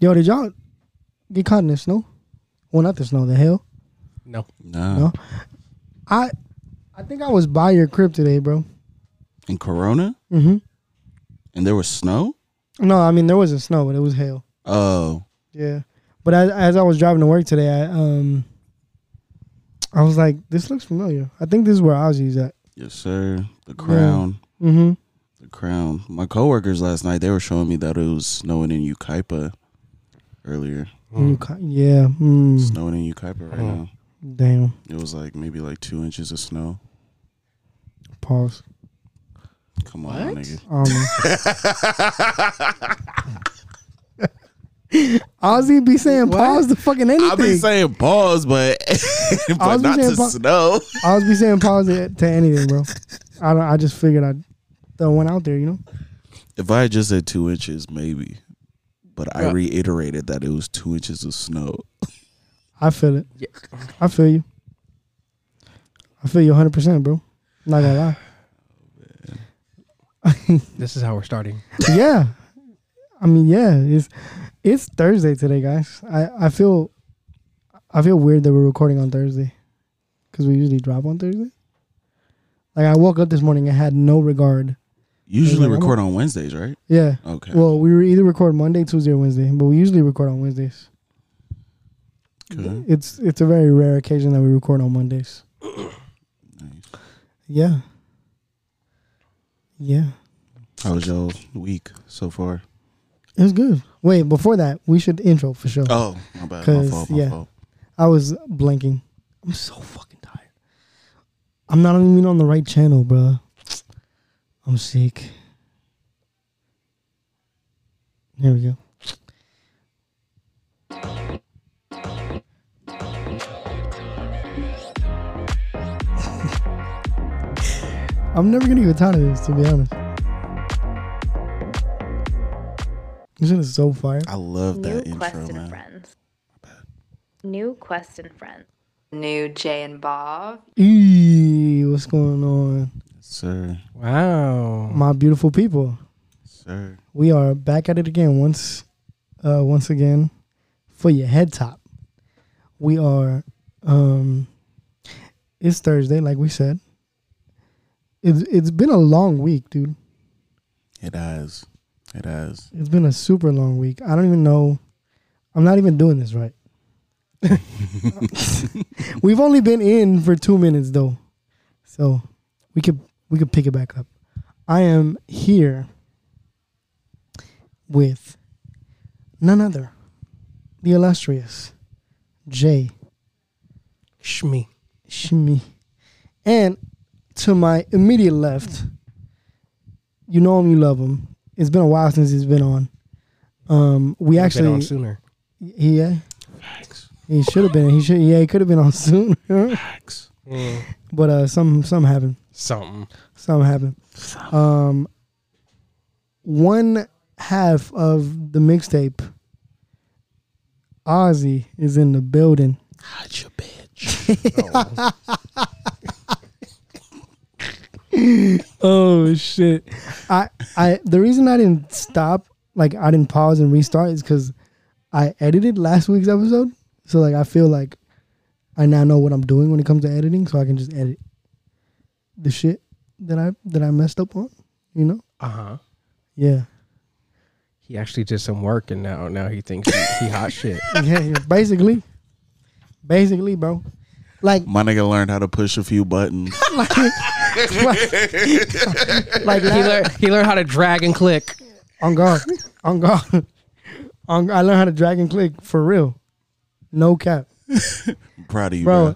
Yo, did y'all get caught in the snow? Well, not the snow, the hail. No. No. Nah. I I think I was by your crib today, bro. In Corona, Mm-hmm. and there was snow. No, I mean there wasn't snow, but it was hail. Oh, Yeah. But as, as I was driving to work today, I um I was like, this looks familiar. I think this is where Ozzy's at. yes, sir. The crown. Mm-hmm. The crown. My coworkers last night they were showing me that it was snowing in Ukaipa earlier. Yeah. Mm. Snowing in Ukaipa right now. Damn. It was like maybe like two inches of snow. Pause. Come on, nigga. Um, Ozzy be saying pause to fucking I've been anything. saying pause, but I but was not saying to pause. snow. Ozzy be saying pause to, to anything, bro. I don't, I just figured I'd throw one out there, you know? If I had just said two inches, maybe. But I Yeah. reiterated that it was two inches of snow. I feel it. Yeah. I feel you. I feel you 100%, bro. Not gonna lie. This is how we're starting. yeah. I mean, yeah, it's it's Thursday today, guys. I, I feel I feel weird that we're recording on Thursday because we usually drop on Thursday. Like I woke up this morning and had no regard. Usually Yeah, I'm a- record on Wednesdays, right? Yeah. Okay. Well, we were either record Monday, Tuesday, or Wednesday, but we usually record on Wednesdays. okay. It's it's a very rare occasion that we record on Mondays. Nice. Yeah. Yeah. How was y'all week so far? It was good. Wait, before that, we should intro for sure. Oh, my bad. My Cause, fault. My yeah. fault. I was blanking. I'm so fucking tired. I'm not even on the right channel, bruh. I'm sick. Here we go. I'm never gonna get tired of this, to be honest. This shit is so fire. I love New that Quest intro, and man. Friends. New Quest and Friends. New Jay and Bob. Eee, what's going on? Sir. Wow. my beautiful people Sir. we are back at it again once uh once again for your head top we are um it's thursday like we said it's it's been a long week dude It has. It has. it's been a super long week i don't even know i'm not even doing this right we've only been in for two minutes though so we could we could pick it back up i am here with none other the illustrious jay Shmi. shmi and to my immediate left you know him you love him it's been a while since he's been on um we Could've been actually on sooner. yeah Facts. he should have been he should yeah he could have been on soon Facts. Mm, but uh some some happened something. Something happened. Um, one half of the mixtape, Ozzy is in the building. Hot your bitch. Oh shit! I I the reason I didn't stop, like I didn't pause and restart, is because I edited last week's episode. So like I feel like I now know what I'm doing when it comes to editing, so I can just edit the shit that I that I messed up on. You know? Uh huh. Yeah. He actually did some work, and now now he thinks he, he hot shit. yeah, yeah, basically, basically, bro. Like, My nigga learned how to push a few buttons. like, like, like He learned he learned how to drag and click. on God, on God, on. I learned how to drag and click for real, no cap, I'm proud of you, bro.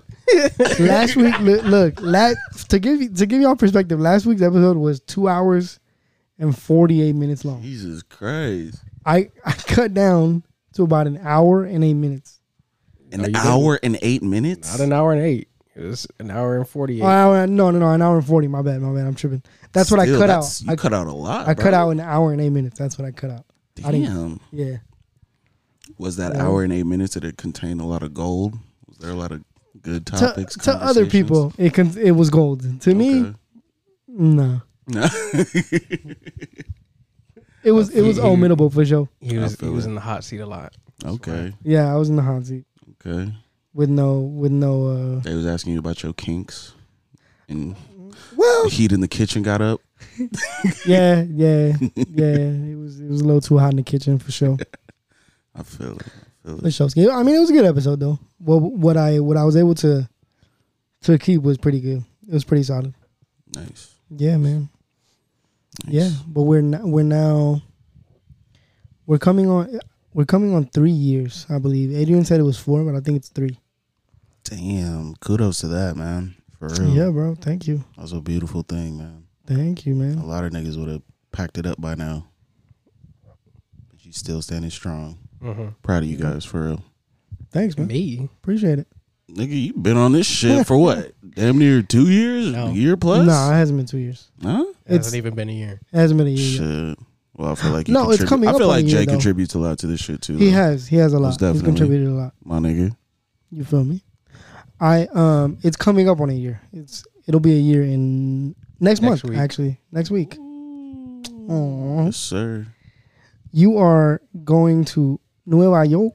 bro. last week, look, look last, to give you to give y'all perspective, last week's episode was two hours and forty eight minutes long. Jesus Christ. I I cut down to about an hour and eight minutes, An you didn't. hour and eight minutes? Not an hour and eight. It was an hour and forty eight. An hour, Oh, no, no, no, an hour and forty. My bad, my bad. I'm tripping. That's what Still, I cut out. that's- You I, cut out a lot. I bro. cut out an hour and eight minutes. That's what I cut out. I didn't- Damn. Yeah. Was that hour and eight minutes? Did it contain a lot of gold? Was there a lot of good To, topics? to other conversations? people, it con- it was gold. To me, Okay. no. No. It was it was Yeah, you- omittable for sure. He I was he feel was it. in the hot seat a lot. Okay. Yeah, I was in the hot seat Okay. with no with no. They was asking you about your kinks, and uh Well, the heat in the kitchen got up. yeah, yeah, yeah. It was it was a little too hot in the kitchen for sure. I feel it. I feel For it. sure. Skip. I mean, it was a good episode though. What what I what I was able to to keep was pretty good. It was pretty solid. Nice. Yeah, man. nice. Yeah, but we're not, we're now we're coming on we're coming on three years, I believe. Adrian said it was four, but I think it's three. Damn. Kudos to that, man. For real. Yeah, bro. Thank you, That was a beautiful thing, man. thank you, A man. lot of niggas would have packed it up by now. But you still standing strong. Mm-hmm. Proud of you guys, for real. Thanks, man. Me? Appreciate it. Nigga, you been on this shit for what? Damn near two years? No. A year plus? Nah, it hasn't been two years. Huh? It It's- hasn't even been a year. It hasn't been a year. Yet. Shit. Well, I feel like you No, it's contribute- coming I up feel on like a year, Jay though. contributes a lot to this shit too. He though. has he has a lot. Most He's definitely. contributed a lot. my nigga. You feel me? I um, it's coming up on a year. It's it'll be a year in next, Next month week. actually. Next week. Aw. Mm-hmm. Yes, sir. You are going to Nueva York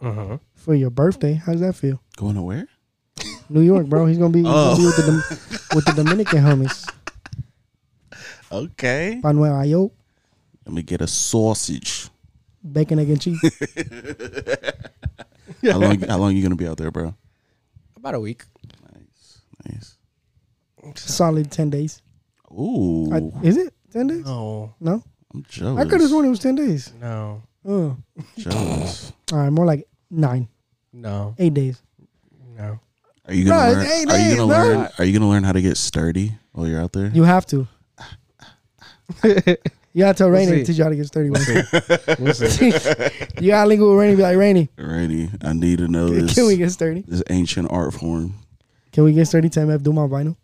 Mm-hmm. for your birthday. How does that feel? Going to where? New York, bro. He's gonna be, he's gonna Oh. be with, the Dom- with the Dominican homies. Okay. Pa Nueva York, Let me get a sausage. bacon, egg, and cheese. How long? How long you gonna be out there, bro? About a week. Nice. Solid ten days. Ooh, I, is it ten days? No, No, I'm jealous. I could have sworn it was ten days. no, Uh, all Jealous. right, more like nine, no, eight days. no. Are you gonna Bro, learn? it's eight are you days, gonna bro. learn? Are you gonna learn how to get sturdy while you're out there? You have to. you gotta tell We'll Rainy see. to teach you how to get sturdy. bro. We'll see. you gotta link with Rainy. and Be like Rainy. Alrighty, I need to know this. Can we get sturdy? this ancient art form. Can we get sturdy? Time F do my vinyl.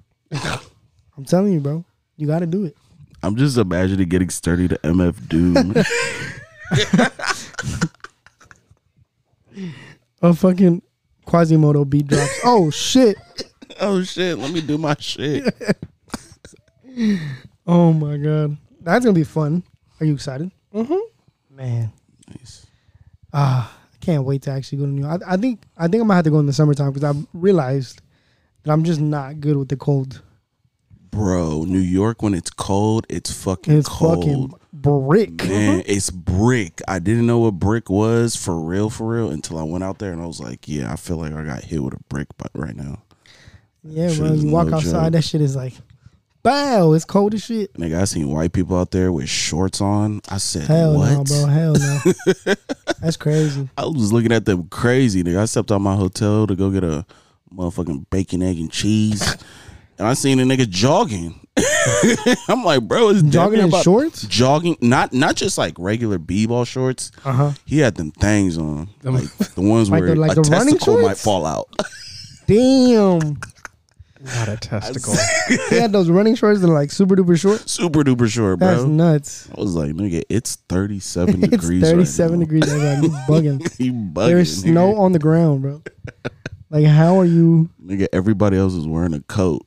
I'm telling you, bro. You gotta do it. I'm just imagining getting sturdy to MF Doom. A fucking Quasimodo beat drops. oh shit. oh shit! Let me do my shit. Oh my god, that's gonna be fun. Are you excited? Mm-hmm. Man, Nice. ah, I can't wait to actually go to New York. I, I think I think I'm gonna have to go in the summertime because I realized that I'm just not good with the cold. Bro, New York when it's cold, it's fucking It's cold. fucking brick. Man, it's brick. I didn't know what brick was for real, for real, until I went out there and I was like, yeah, I feel like I got hit with a brick but right now. Yeah, Shit bro. is You walk no outside, joke. that shit is like, bow. It's cold as shit. Nigga, I seen white people out there with shorts on. I said, Hell what? no, bro. Hell no. that's crazy. I was looking at them crazy, nigga. I stepped out my hotel to go get a motherfucking bacon, egg, and cheese. and I seen a nigga jogging. I'm like, bro, it's damn Jogging near in about- shorts. Jogging, not not just like regular b-ball shorts. Uh huh. He had them things on, Them- like the ones Like where the- like a the running testicle might shorts? fall out. Damn. Not a testicle. He had those running shorts that are like super duper short. Super duper short, bro. That's nuts. I was like, nigga, it's 37 It's degrees. 37 right degrees. I was like, you bugging. now. you bugging. There's nigga. snow on the ground, bro. Like, how are you? Nigga, everybody else was wearing a coat.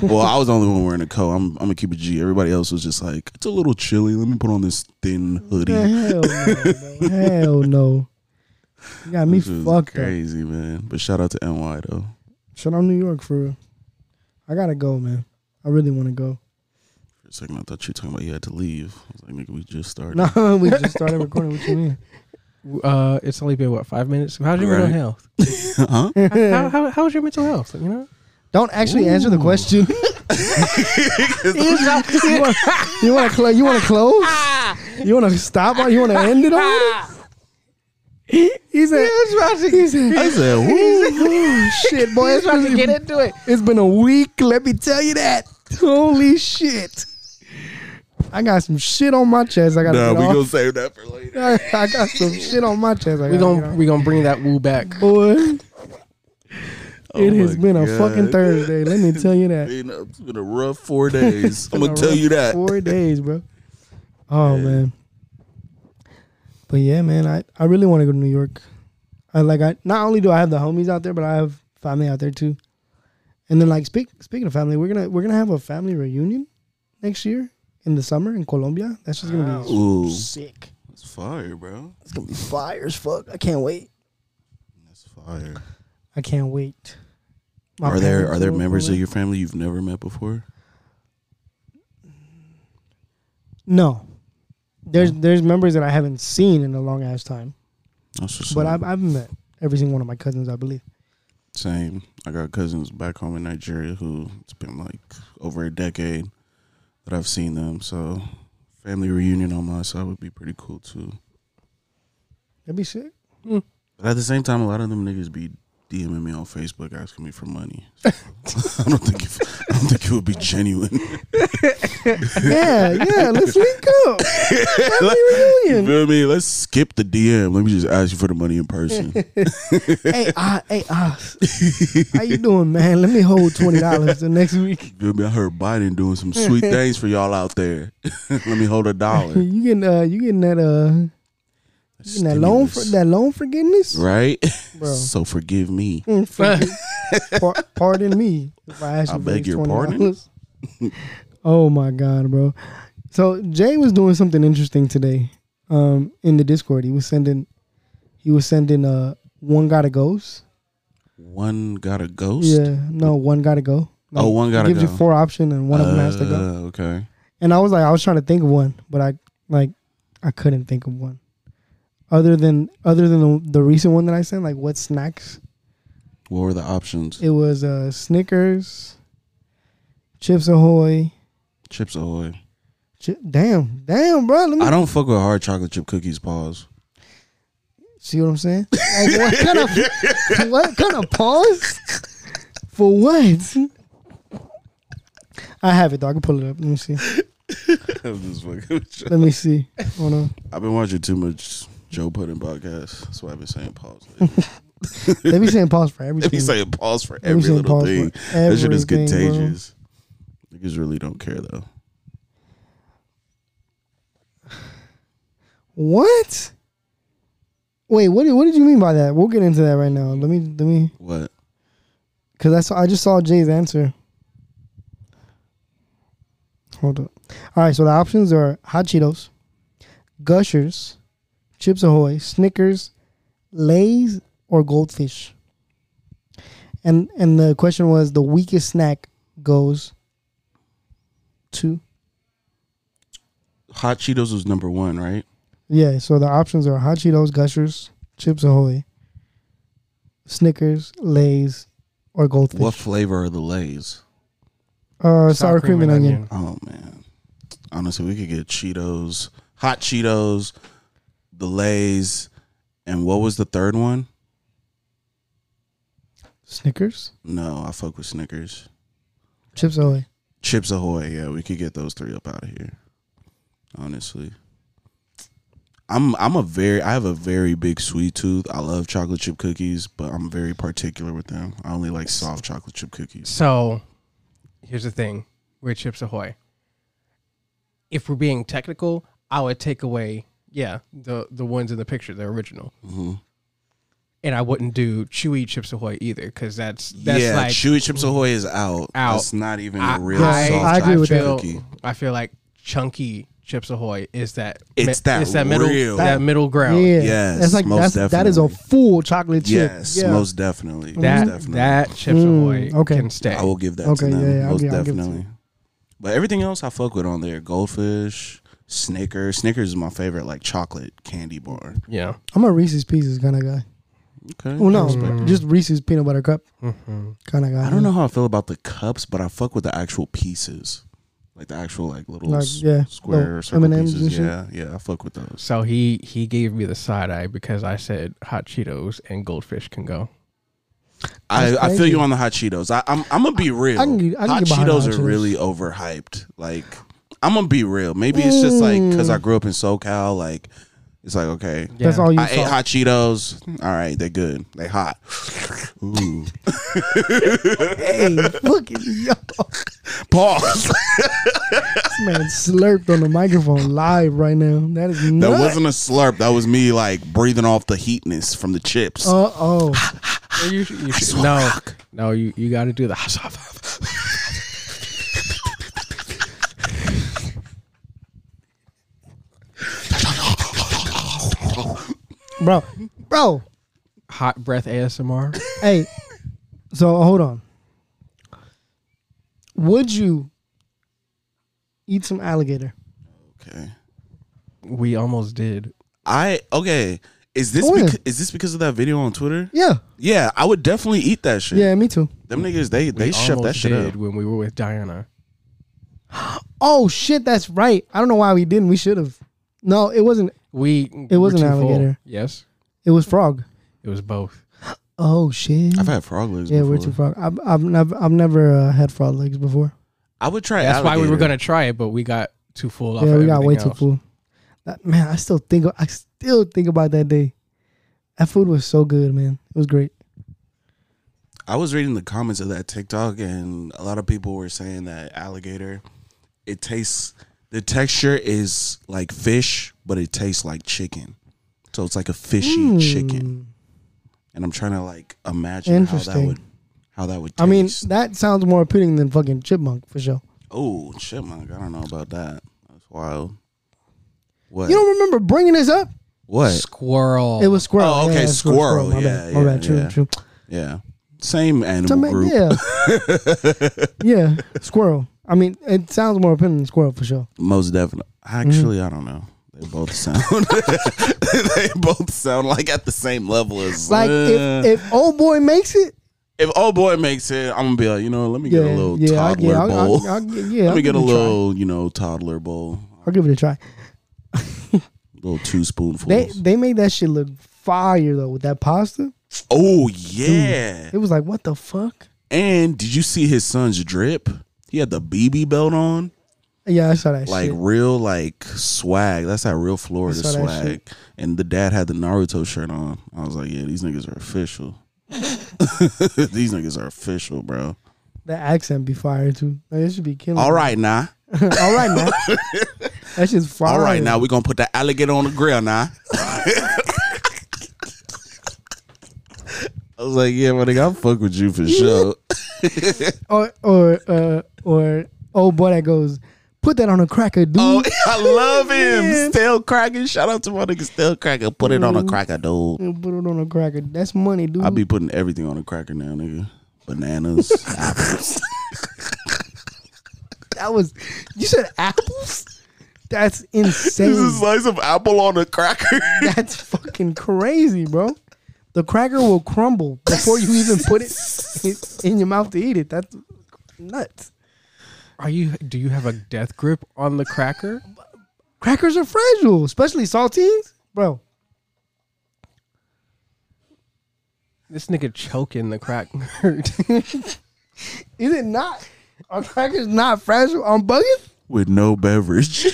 well, I was the only one wearing a coat. I'm, I'm gonna keep it G. Everybody else was just like, it's a little chilly. Let me put on this thin hoodie. Hell no, bro. hell no. You got me Which was fucked up. crazy, man. But shout out to NY though. Shut on New York for real. I gotta go, man. I really want to go. For a second, I thought you were talking about you had to leave. I was like, nigga, we just started. No, we just started recording. What you mean? uh, it's only been what five minutes. How's your Right. mental health? huh? How, how how's your mental health? You know. Don't actually answer the question. you want to close? You want to close? You want to stop? Or you want to end it all? He said, he said, I said, "Woo." oh, shit, boy. It's about to get into it. It's been a week, let me tell you that. Holy shit. I got some shit on my chest. I got Nah, to we get gonna off. save that for later. I got some shit on my chest. I gotta We gonna get we gonna bring that woo back. off. boy. Oh it has my been a God. fucking Thursday. Let me tell you that. Been a- It's been a rough four days. Been I'm gonna a tell rough you that. Four days, bro. Oh man. But yeah, man, I, I really want to go to New York. I like I not only do I have the homies out there, but I have family out there too. And then like speak, speaking of family, we're gonna we're gonna have a family reunion next year in the summer in Colombia. That's just gonna be Ooh, sick. it's fire, bro. It's gonna be fire as fuck. I can't wait. That's fire. I can't wait. My Are there parents are there will members go of your family you've never met before? No. There's there's members that I haven't seen in a long ass time, That's what's but up. I've I've met every single one of my cousins, I believe. Same. I got cousins back home in Nigeria who it's been like over a decade that I've seen them. So family reunion on my side would be pretty cool too. That'd be sick. But at the same time, a lot of them niggas be DMing me on Facebook asking me for money. I don't think if, I don't think it would be genuine. yeah, yeah. Let's link up. Family You reunion. feel me? Let's skip the DM. Let me just ask you for the money in person. hey, ah, hey, ah. How you doing, man? Let me hold twenty dollars the next week. Feel me? I heard Biden doing some sweet things for y'all out there. Let me hold a dollar. You getting uh, you getting that uh, you getting that loan for Stimulus. that loan forgiveness, right? bro? So forgive me. Mm, forgive- par- pardon me. If I, ask I you for beg these your pardon? $20. oh my god, bro! So Jay was doing something interesting today um, in the Discord. He was sending, he was sending uh one gotta goes. One got a ghost. Yeah, no, one gotta go. Like, Oh, one it gotta gives go. you four option and one of them has to go. Uh, Okay. And I was like, I was trying to think of one, but I like I couldn't think of one. Other than other than the, the recent one that I sent, like what snacks? What were the options? It was uh Snickers, Chips Ahoy. Chips Ahoy. Chi- damn, damn, bro. Let me I don't fuck with hard chocolate chip cookies. Pause. see what I'm saying. Like, what kind of what kind of pause for what? I have it though. I can pull it up. Let me see. I'm just fucking with you. Let me see. Hold on. I've been watching too much Joe Puddin podcast. That's why I've been saying pause. lately. They be saying pause for They be everything. saying pause for They be every saying little pause for thing. That shit is everything, bro. contagious. Niggas really don't care though. What? Wait, what? Did, what did you mean by that? We'll get into that right now. Let me, let me, What? because I saw, I just saw Jay's answer. Hold up. All right, so the options are Hot Cheetos, Gushers, Chips Ahoy, Snickers, Lay's, or Goldfish. And and the question was the weakest snack goes to Hot Cheetos was number one, right? Yeah, so the options are Hot Cheetos, Gushers, Chips Ahoy, Snickers, Lay's, or Goldfish. What flavor are the Lay's? Uh, sour, cream, and onion. Oh man. Honestly, we could get Cheetos, hot Cheetos, the Lay's, and what was the third one? Snickers, No, I fuck with Snickers. Chips Ahoy. Chips Ahoy, yeah, we could get those three up out of here. Honestly. I'm I'm a very I have a very big sweet tooth. I love chocolate chip cookies, but I'm very particular with them. I only like soft chocolate chip cookies. So, here's the thing with Chips Ahoy. If we're being technical, I would take away, yeah, the the ones in the picture, the original, Mhm. and I wouldn't do chewy Chips Ahoy either, because that's that's yeah, like chewy chips ahoy is out. Out. It's not even I- a real I- soft I agree chocolate with chip that. feel, cookie. I feel like chunky Chips Ahoy is that It's that middle real- that middle ground. Yeah, Yes, that's like most that's that is a definitely. full chocolate chip. Yes, yeah. most definitely. That most definitely. that Chips Mm, Ahoy okay. can stay. I will give that Okay, to them. yeah, yeah, I'll most gi- I'll give it to definitely. But everything else I fuck with on there. Goldfish, Snickers. Snickers is my favorite like chocolate candy bar. yeah. I'm a Reese's Pieces kind of guy. Okay. Well, Oh, no, just Reese's peanut butter cup Mm-hmm. kind of guy. Mm. I don't know how I feel about the cups, but I fuck with the actual pieces. Like the actual like little Like, s- yeah, square little or circle M&Ms and pieces. shit. Yeah, yeah, I fuck with those. So he he gave me the side eye because I said hot Cheetos and goldfish can go. I, That's I feel crazy. you on the hot Cheetos. I, I'm I'm gonna be real. I can get- I can hot get behind Cheetos the are Hot Cheetos. really overhyped. Like I'm gonna be real. Maybe it's just like because I grew up in SoCal. Like it's like okay, That's Yeah. all Mm. you I ate saw. hot Cheetos. All right, they're good. They hot. Ooh. Hey, fucking yo, Pause. this man slurped on the microphone live right now. That is that nuts. wasn't a slurp. That was me like breathing off the heatness from the chips. Uh oh. Or you should- you should- no, no, you, you got to do the bro, bro. Hot breath ASMR. Hey, so hold on. Would you eat some alligator? Okay. we almost did. I okay. Is this Oh, yeah. becau- is this because of that video on Twitter? Yeah, Yeah, I would definitely eat that shit. yeah, me too. Them niggas, they they we shut that almost shit did up. when we were with Diana. Oh shit, that's right. I don't know why we didn't. We should have. No, it wasn't. We It were wasn't too alligator. Full. Yes, It was frog. it was both. Oh shit. I've had frog legs. yeah, before. we're too frog. I've, I've never, I've never uh, had frog legs before. I would try. That's why we were alligator. gonna try it, but we got too full. off yeah, of we got way everything too full. That- man, I still think, I still think about that day. That food was so good, man. It was great. I was reading the comments of that TikTok, and a lot of people were saying that alligator, it tastes. The texture is like fish, but it tastes like chicken. So it's like a fishy chicken, Mm. and I'm trying to like imagine how that Interesting. would, how that would. Taste. I mean, that sounds more appealing than fucking chipmunk for sure. oh chipmunk! I don't know about that. That's wild. What? You don't remember bringing this up? else. what? Squirrel. It was squirrel. Oh, Yeah, okay, yeah, squirrel. My Yeah, bad. My yeah, bad. True, yeah. true. Yeah, same So, animal man, group. yeah, yeah, squirrel. I mean, it sounds more appealing than squirrel for sure. Most definitely. Mm-hmm. Actually, I don't know. They both sound. they both sound like at the same level as. Like Uh, if if old boy makes it, if old boy makes it, I'm gonna be like, you know, let me yeah, get a little yeah, I- toddler yeah, I'll- bowl. I'll- I'll- yeah, let I'll me give get a it try. little, you know, toddler bowl, I'll give it a try. little two spoonfuls. They they made that shit look fire though with that pasta. oh yeah! It was like what the fuck? And did you see his son's drip? He had the BB belt on, Yeah, I saw that like shit. real like swag. That's that real Florida saw that swag. And the dad had the Naruto shirt on. I was like, yeah, these niggas are official. these niggas are official, bro. The accent be fire too. Like, it should be killing. All right, now. all right now. that shit's fire. All right, now we're gonna put the alligator on the grill now. I was like, yeah, my nigga, I fuck with you for sure. or or uh, or old boy that goes, put that on a cracker, dude. Oh, I love Yeah. him. Stale cracker. Shout out to my nigga Stale Cracker. Put it on Mm-hmm. a cracker, dude. And Put it on a cracker. That's money, dude. I be putting everything on a cracker now, nigga. Bananas, apples. that was you said apples. That's insane. This is a slice of apple on a cracker. That's fucking crazy, bro. The cracker will crumble before you even put it in- in your mouth to eat it. That's nuts. Are you? Do you have a death grip on the cracker? Crackers are fragile, especially saltines, bro. This nigga choking the cracker. Is it not? Are crackers not fragile? I'm bugging. With no beverage.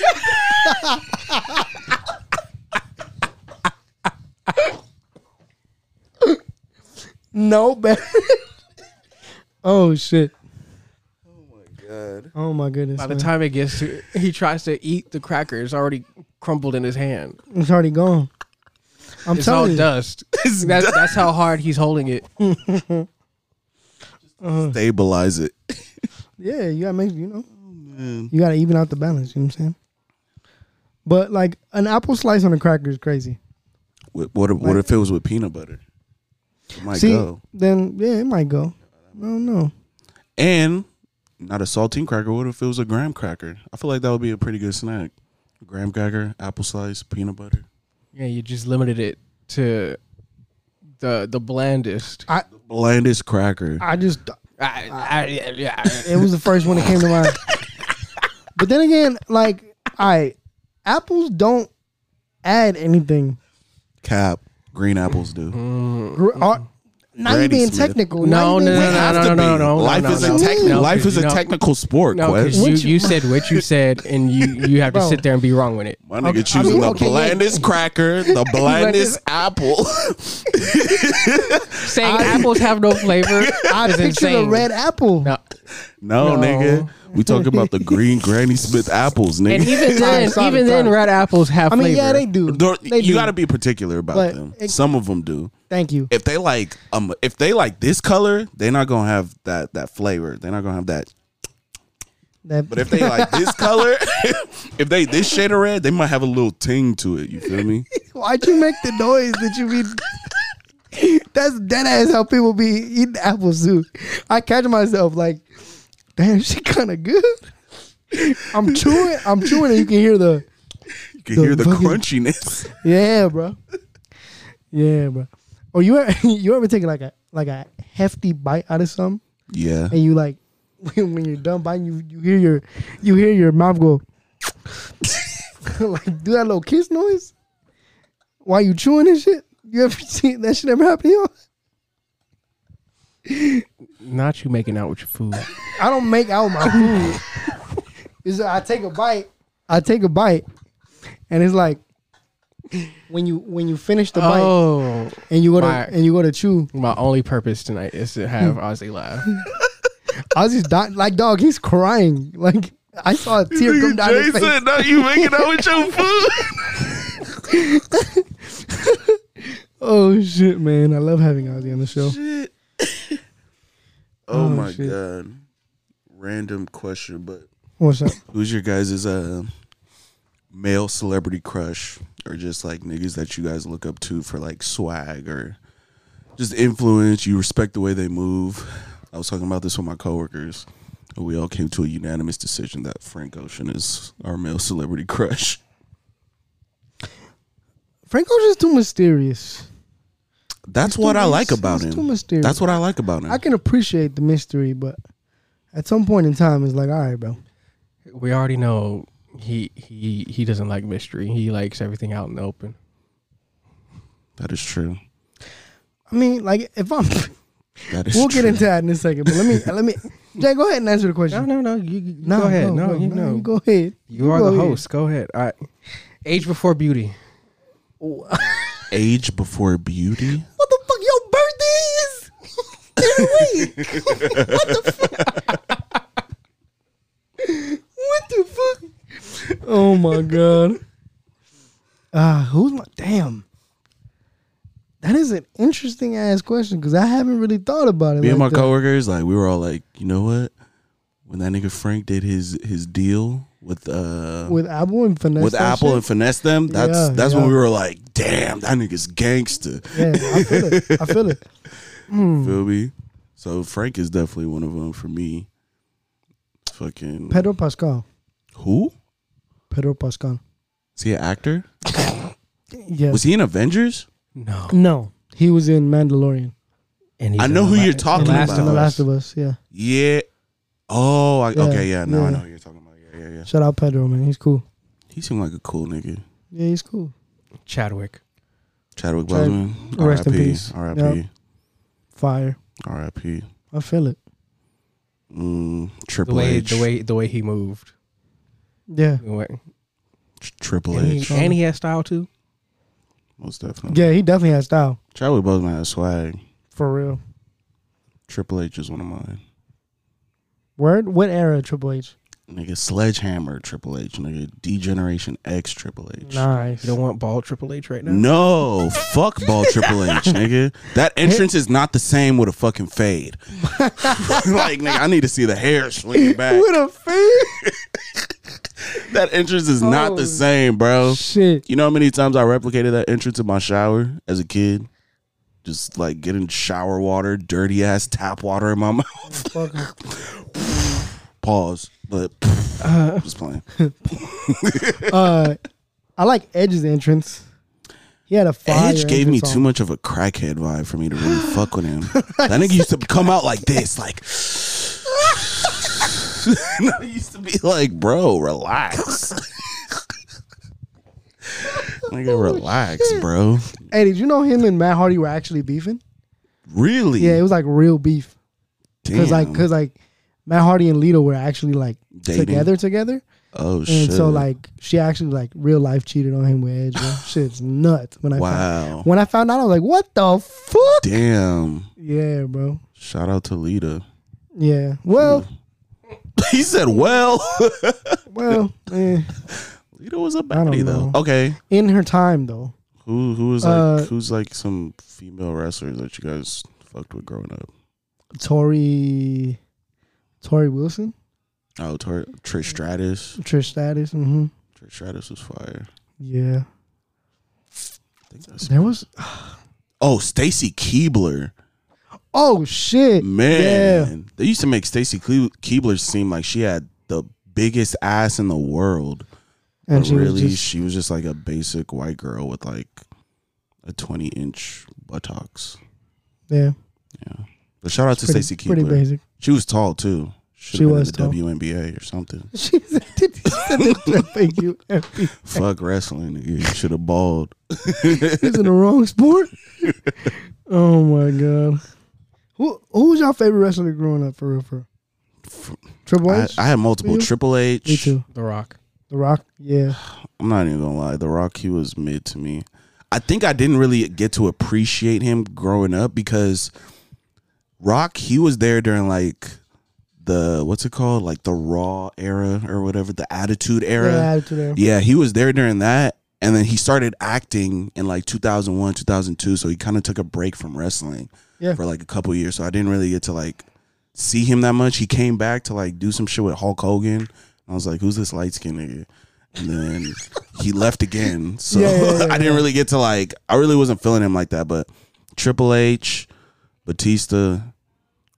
No, better. oh shit. Oh my goodness. By the man. time it gets to, he tries to eat the cracker, it's already crumbled in his hand. it's already gone. I'm It's all telling you. dust. That's, that's how hard he's holding it. Stabilize it. Yeah, you gotta make you know. Oh, You gotta even out the balance. You know what I'm saying? But like an apple slice on a cracker is crazy. What, what, if- what if it was with peanut butter? It might See, go. then yeah, it might go. I don't know. And not a saltine cracker. What if it was a graham cracker? I feel like that would be a pretty good snack. Graham cracker, apple slice, peanut butter. Yeah, you just limited it to the the blandest. I Blandest cracker. I just I, I, yeah, yeah. it was the first one that came to mind. But then again, like I apples don't add anything. Cap. Green apples do. Gr- are- Not even Granny being Smith. technical. No, not even no, being- no, no, no, no, no. Life no, is no, a no. technical. No, life is a no. technical sport. No, 'cause Quest. What you, you- you said what you said, and you you have to Bro. sit there and be wrong with it. My nigga I choosing mean, the okay, yeah. blandest cracker, the blandest apple. Saying apples have no flavor I is picture insane. a red apple. No. no, No. nigga, we talking about the green Granny Smith apples, And nigga. even Sorry, then, sorry, even then, sorry. red apples have I mean, flavor. yeah, they do. Don't- They you do. got to be particular about But them. it- Some of them do. Thank you. if they like um if they like this color, they're not gonna have that that flavor. They're not gonna have that That But if they like this color, if they this shade of red, they might have a little ting to it. You feel me? why'd you make the noise that you be? That's dead ass how people be eating apples too. I catch myself like, damn, she kind of good. I'm chewing, I'm chewing, and you can hear the You can The hear the fucking- crunchiness. yeah, bro. Yeah, bro. Or you ever, you ever take like a like a hefty bite out of something, Yeah. and you like when when you're done biting, you you hear your you hear your mouth go like do that little kiss noise while you chewing and shit. You ever seen that shit ever happen to you? Not you making out with your food. I don't make out my food. It's, I take a bite. I take a bite, and it's like when you when you finish the bite oh, and you go to my. and you go to chew. my only purpose tonight is to have Ozzy laugh. Ozzy's dying, like dog. He's crying. Like I saw a tear come down his face. no, you making out with your food. Oh shit, man! I love having Ozzy on the show. Oh, Oh, my shit. god. Random question, but What's up? who's your guys' uh, male celebrity crush? Or just like niggas that you guys look up to for like swag or just influence, you respect the way they move. I was talking about this with my coworkers. and We all came to a unanimous decision that Frank Ocean is our male celebrity crush. Frank Ocean's too mysterious. That's He's what too- I he's- like about he's Too him. mysterious. That's what I like about him. I can appreciate the mystery, but at some point in time, it's like, all right, bro. We already know he he he doesn't like mystery. He likes everything out in the open. that is true. I mean, like if I'm, That is we'll true. get into that in a second. But let me let me, Jay, go ahead and answer the No, question. no, no. You, you go ahead. No, bro, you know. you go ahead. You are the go ahead. host. Go ahead. All right. Age before beauty. Oh, Age before beauty. What the fuck? Your birthday is every week. what the fuck? what the fuck? Oh my god. Uh, who's my damn? That is an interesting ass question because I haven't really thought about it. Me and my like that. coworkers, like we were all like, you know what? When that nigga Frank did his his deal with uh with, with Apple and finesse. that Apple shit? and finesse them, that's Yeah, that's yeah. when we were like, damn, that nigga's gangster. yeah, I feel it. I feel it. Mm. Feel me? So Frank is definitely one of them for me. Fucking Pedro Pascal. who? Pedro Pascal. Is he an actor? Yeah. Was he in Avengers? No. no, he was in Mandalorian. And he's I know in who the you're la- talking the last about. in Of The Last Us. of Us. Yeah. Yeah. Oh, I, Yeah, okay, yeah. Now I yeah. know who you're talking about. Yeah, yeah, yeah. Shout out Pedro, man. He's cool. He seemed like a cool nigga. Yeah, he's cool. Chadwick. Chadwick Chad- Boseman. rest in R.I.P. peace. R.I.P. Yep. Fire. R.I.P. I feel it. Mm, The Triple way H. the way the way he moved. Yeah. The way- Tr- Triple And H. he, and he has style too. Most definitely. Yeah, he definitely has style. Chadwick Boseman has swag. For real. Triple H is one of mine. Word? What era Triple H? Nigga, Sledgehammer Triple H. Nigga, Degeneration X Triple H. Nice. You don't want bald Triple H right now. No, fuck ball Triple H, nigga. That entrance is not the same with a fucking fade. like, nigga, I need to see the hair swinging back. What a fan. That entrance is not the Oh. same, bro. Shit. You know how many times I replicated that entrance in my shower as a kid? Just like getting shower water, dirty ass tap water in my mouth. Fuck. Pause. But just playing. Uh, I like Edge's entrance. He had a fire. Edge gave me entrance too on. much of a crackhead vibe for me to really fuck with him. That nigga used to come out like this, like. And I used to be like, bro, relax. Oh, nigga, relax, bro. Hey, did you know him and Matt Hardy were actually beefing? Really? Yeah, it was like real beef. Cause like, Damn. cause like, Matt Hardy and Lito were actually like Dating? together, together. Oh And shit! so like she actually like real life cheated on him with Edge. bro. Shit's nuts. When I found, wow. when I found out, I was like, what the fuck? Damn! Yeah, bro. Shout out to Lita. Yeah. Well, he said, "Well, well. eh. Lita was a don't baddie though." know. Okay, In her time though, who who is like Uh, who's like some female wrestlers that you guys fucked with growing up? Tori, Tori Wilson. Oh, Tor- Mm. Trish Stratus. Trish Stratus. hmm Trish Stratus was fire. Yeah, I think that's- there was. oh, Stacy Keebler. Oh shit, Man, Yeah. they used to make Stacy Cle- Keebler seem like she had the biggest ass in the world, And but she really was just she was just like a basic white girl with like a twenty inch buttocks. yeah, Yeah, but shout out to pretty- Stacy Pretty Keebler. basic. She was tall too. Should She have been was in the tall. WNBA or something. She said, "Did you said that thank you, FP. Fuck wrestling, nigga. You should have balled. He's in the wrong sport." oh my god, who who was your favorite wrestler growing up? For real, for real? Triple I, H, I had multiple You? Triple H. me too. The Rock. The Rock, yeah, I'm not even gonna lie, The Rock he was mid to me. I think I didn't really get to appreciate him growing up because Rock he was there during like the what's it called like the Raw era or whatever the Attitude era. yeah, attitude era. Yeah, he was there during that. And then he started acting in like 2001, 2002. So he kind of took a break from wrestling Yeah. for like a couple years. So I didn't really get to like see him that much. He came back to like do some shit with Hulk Hogan. I was like, who's this light skinned nigga? And then he left again. So Yeah, yeah, yeah, I didn't really get to like, I really wasn't feeling him like that. But Triple H, Batista,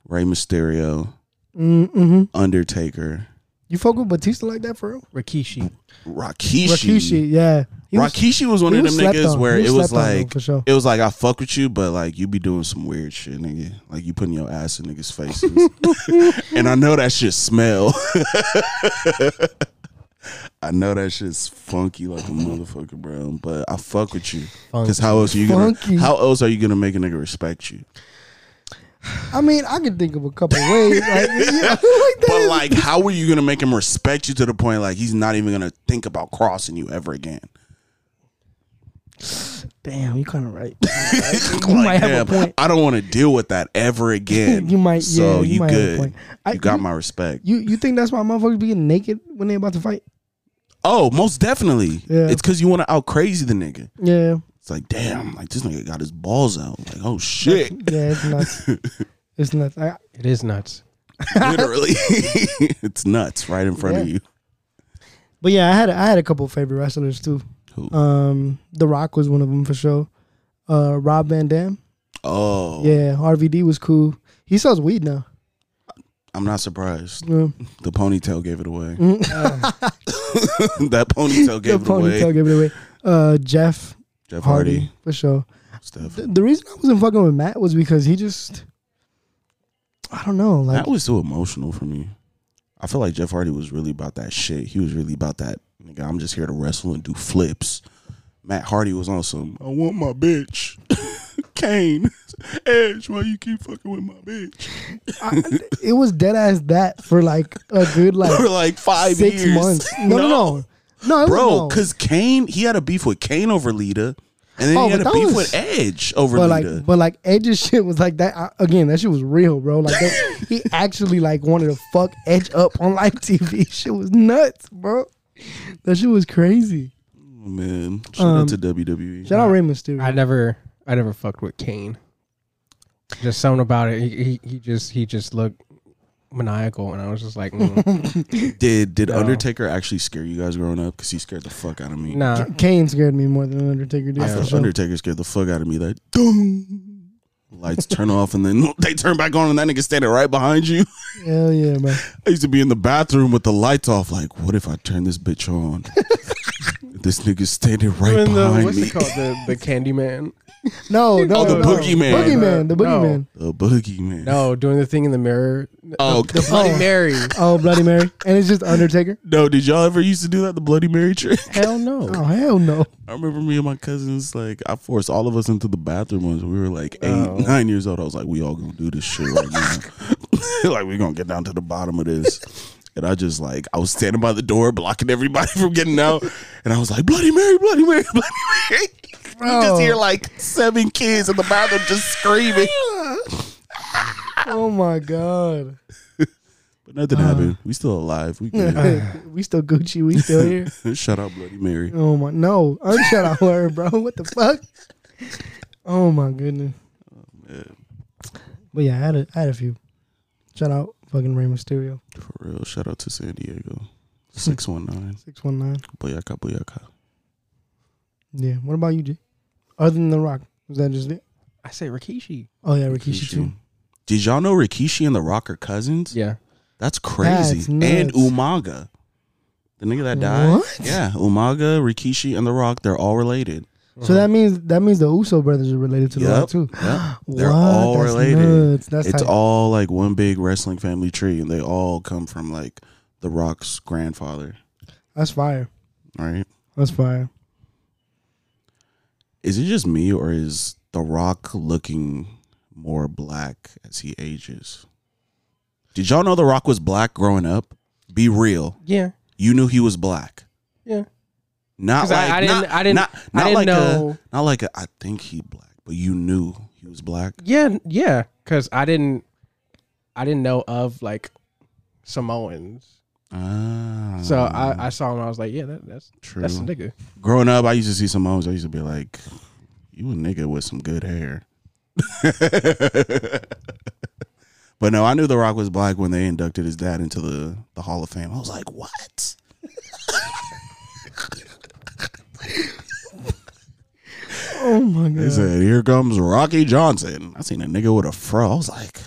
Rey Mysterio, Mm-hmm. Undertaker, You fuck with Batista like that for real? Rikishi. Rakishi. Rakishi, yeah. He was- Rakishi was one he of them was slept niggas on. where He it was slept on, though, like for sure. it was like I fuck with you, but like you be doing some weird shit, nigga. Like you putting your ass in niggas' faces, and I know that shit smell. I know that shit's funky like a motherfucker, bro. But I fuck with you because how else are you gonna Funky. how else are you gonna make a nigga respect you? I mean, I can think of a couple ways. Like, you know, like that But is- like, how are you gonna make him respect you to the point like he's not even gonna think about crossing you ever again? damn, you kind of right. you might have a point. I don't want to deal with that ever again. You might- So yeah, you you, might have a good. point. I- you got you- my respect. You you think that's why motherfuckers be getting naked when they about to fight? oh, most definitely. Yeah. It's because you want to out crazy the nigga. Yeah, It's like, damn, like this nigga got his balls out. Like, oh shit, yeah, it's nuts. it's nuts. I, It is nuts. literally, it's nuts right in front of Yeah. you. but yeah, I had I had a couple favorite wrestlers too. Who? Um, The Rock was one of them for sure. Uh, Rob Van Dam. Oh, Yeah, RVD was cool. He sells weed now. I'm not surprised. Yeah. The ponytail gave it away. that ponytail Mm. The gave it away. ponytail gave it away. Uh, Jeff Jeff Hardy, Hardy for sure. stuff. the, the reason I wasn't fucking with Matt was because he just, I don't know, like that was so emotional for me. I feel like Jeff Hardy was really about that shit. He was really about that. Nigga, I'm just here to wrestle and do flips. Matt Hardy was on some. I want my bitch, Kane, Edge. Why you keep fucking with my bitch I, it was dead ass that for like a good like for like five six years? months. No, no, no, no, it was, bro. no. Because Kane, he had a beef with Kane over Lita, and then Oh, he had but a that beef was- with Edge over but Lita. like, but like Edge's shit was like that I, again. That shit was real, bro. Like that, he actually like wanted to fuck Edge up on live TV. Shit was nuts, bro. That shit was crazy. Oh, man, shout Um, out to E. WWE. Shout out Rey Mysterio. I never, I never fucked with Kane. Just something about it. He, he, he just, he just looked maniacal, and I was just like, mm, did did No. Undertaker actually scare you guys growing up? Because he scared the fuck out of me. nah. Kane scared me more than Undertaker did. I for felt sure. Undertaker scared the fuck out of me. That dung. Lights turn off and then they turn back on and that nigga standing right behind you. Hell yeah, bro. I used to be in the bathroom with the lights off. Like, what if I turn this bitch on? this nigga standing right Even the, behind what's me. it called? The, the Candyman. No, no, Oh, the no. boogeyman. Boogeyman, the No. boogeyman. The boogeyman. No, doing the thing in the mirror. Oh, the, the God. Bloody Mary. Oh, Bloody Mary. And it's just Undertaker? No, did y'all ever used to do that? The Bloody Mary trick? Hell no. Oh, hell no. I remember me and my cousins, like, I forced all of us into the bathroom once. We were like eight, Oh. nine years old. I was like, we all gonna do this shit right now. like, we're gonna get down to the bottom of this. And I just, like, I was standing by the door, blocking everybody from getting out. And I was like, Bloody Mary, Bloody Mary, Bloody Mary. You Bro. just hear, like, seven kids in the bathroom just screaming. Oh, my God. But nothing happened. We still alive. We good. we still Gucci. We still here. Shout out Bloody Mary. Oh, my. No. Unshut out word, bro. What the fuck? Oh, my goodness. But yeah, I had a, I had a few. Shout out fucking Rey Mysterio. For real. Shout out to San Diego. 619. Six one nine. Boyaka, boyaka. Yeah. What about you, G? Other than The Rock, was that just it? I say Rikishi. Oh yeah, Rikishi too. Did y'all know Rikishi and The Rock are cousins? Yeah. That's crazy. That's and nuts. Umaga. The nigga that died. What? Yeah. Umaga, Rikishi, and The Rock, they're all related. So that means that means the Uso brothers are related to The Yep. Rock too. Yep. They're What? all That's related. nuts. That's it's tight. all like one big wrestling family tree, and they all come from like The Rock's grandfather, That's fire. right? That's fire. Is it just me, or is The Rock looking more black as he ages? Did y'all know The Rock was black growing up? Be real. Yeah. You knew he was black. Yeah. Not 'Cause like I- I didn't- Not, I didn't- Not, I not didn't like know- A, not like a, I think he black, but you knew he was black. Yeah. Yeah. Because I didn't, I didn't know of like Samoans. Ah, So I, I saw him. I was like, yeah, that, that's true. that's a nigga. growing up, I used to see some moms. I used to be like, "You a nigga with some good hair." but no, I knew The Rock was black when they inducted his dad into the the Hall of Fame. I was like, "What?" Oh my They god. said, "Here comes Rocky Johnson." I seen a nigga with a fro. I was like,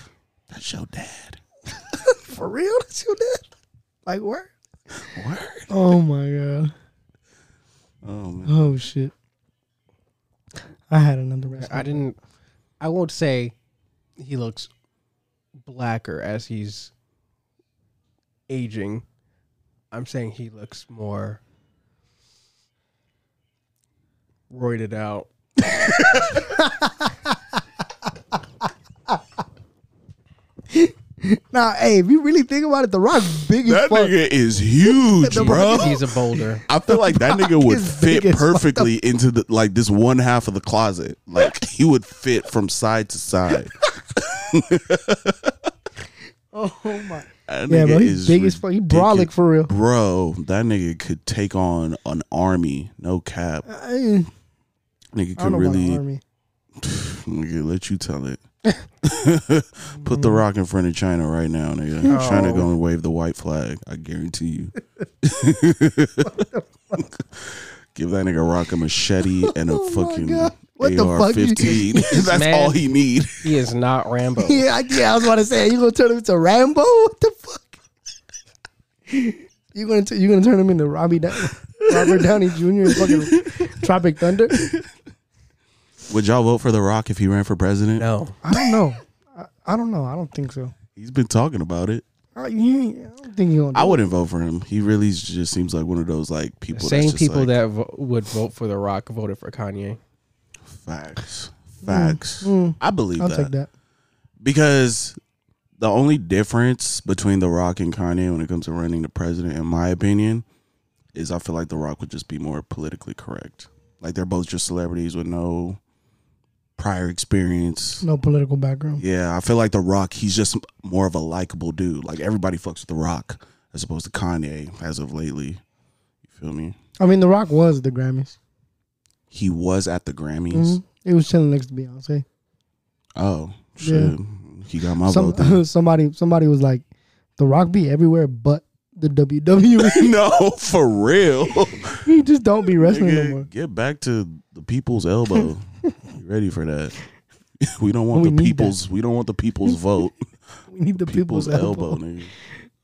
"That's your dad." For real? That's your dad? Like where? Word. Oh my god. Oh man. Oh shit. I had another wrestling. I didn't. I won't say he looks blacker as he's aging. I'm saying he looks more roided out. Now, hey, if you really think about it, The Rock big as That fuck. nigga is huge, bro. He's a boulder. I feel like that nigga would is fit big as fuck. perfectly into the like this one half of the closet. Like he would fit from side to side. Oh my. That Yeah, nigga bro, he's is big as fuck. He brolic ridiculous. for real. Bro, that nigga could take on an army, no cap. I, Nigga I don't could know about really army. nigga, let you tell it. Put the rock in front of China right now, nigga. China Oh. gonna wave the white flag. I guarantee you. Give that nigga rock a machete and a Oh my fucking God. What the fuck you- AR-15. That's Man. all he need. He is not Rambo. Yeah, I, yeah, I was about to say, you gonna turn him into Rambo? What the fuck? You gonna t- you gonna turn him into Robbie Dow- Robert Downey Jr. and fucking Tropic Thunder? Would y'all vote for The Rock if he ran for president? No. I don't know. I, I don't know. I don't think so. He's been talking about it. I, you ain't- I don't think you gonna. Do I wouldn't vote for him. He really just seems like one of those like people. that's Same just, people like, that vo- would vote for The Rock voted for Kanye. facts, facts. mm. I believe I'll that. take that. because the only difference between The Rock and Kanye when it comes to running the president, in my opinion, is I feel like The Rock would just be more politically correct. Like they're both just celebrities with no prior experience. No political background. Yeah, I feel like The Rock, he's just more of a likable dude. Like everybody fucks with The Rock as opposed to Kanye as of lately. You feel me? I mean, The Rock was at the Grammys. He was at the Grammys. Mhm. He was chilling next to Beyonce. Oh, shit. He got my vote then. Some, somebody somebody was like, "The Rock be everywhere, but the WWE. no, for real. he just don't be wrestling no Nigga, more." get back to the people's elbow. you ready for that? We don't want We the need people's. We don't want the people's vote. We need the people's, elbow, nigga.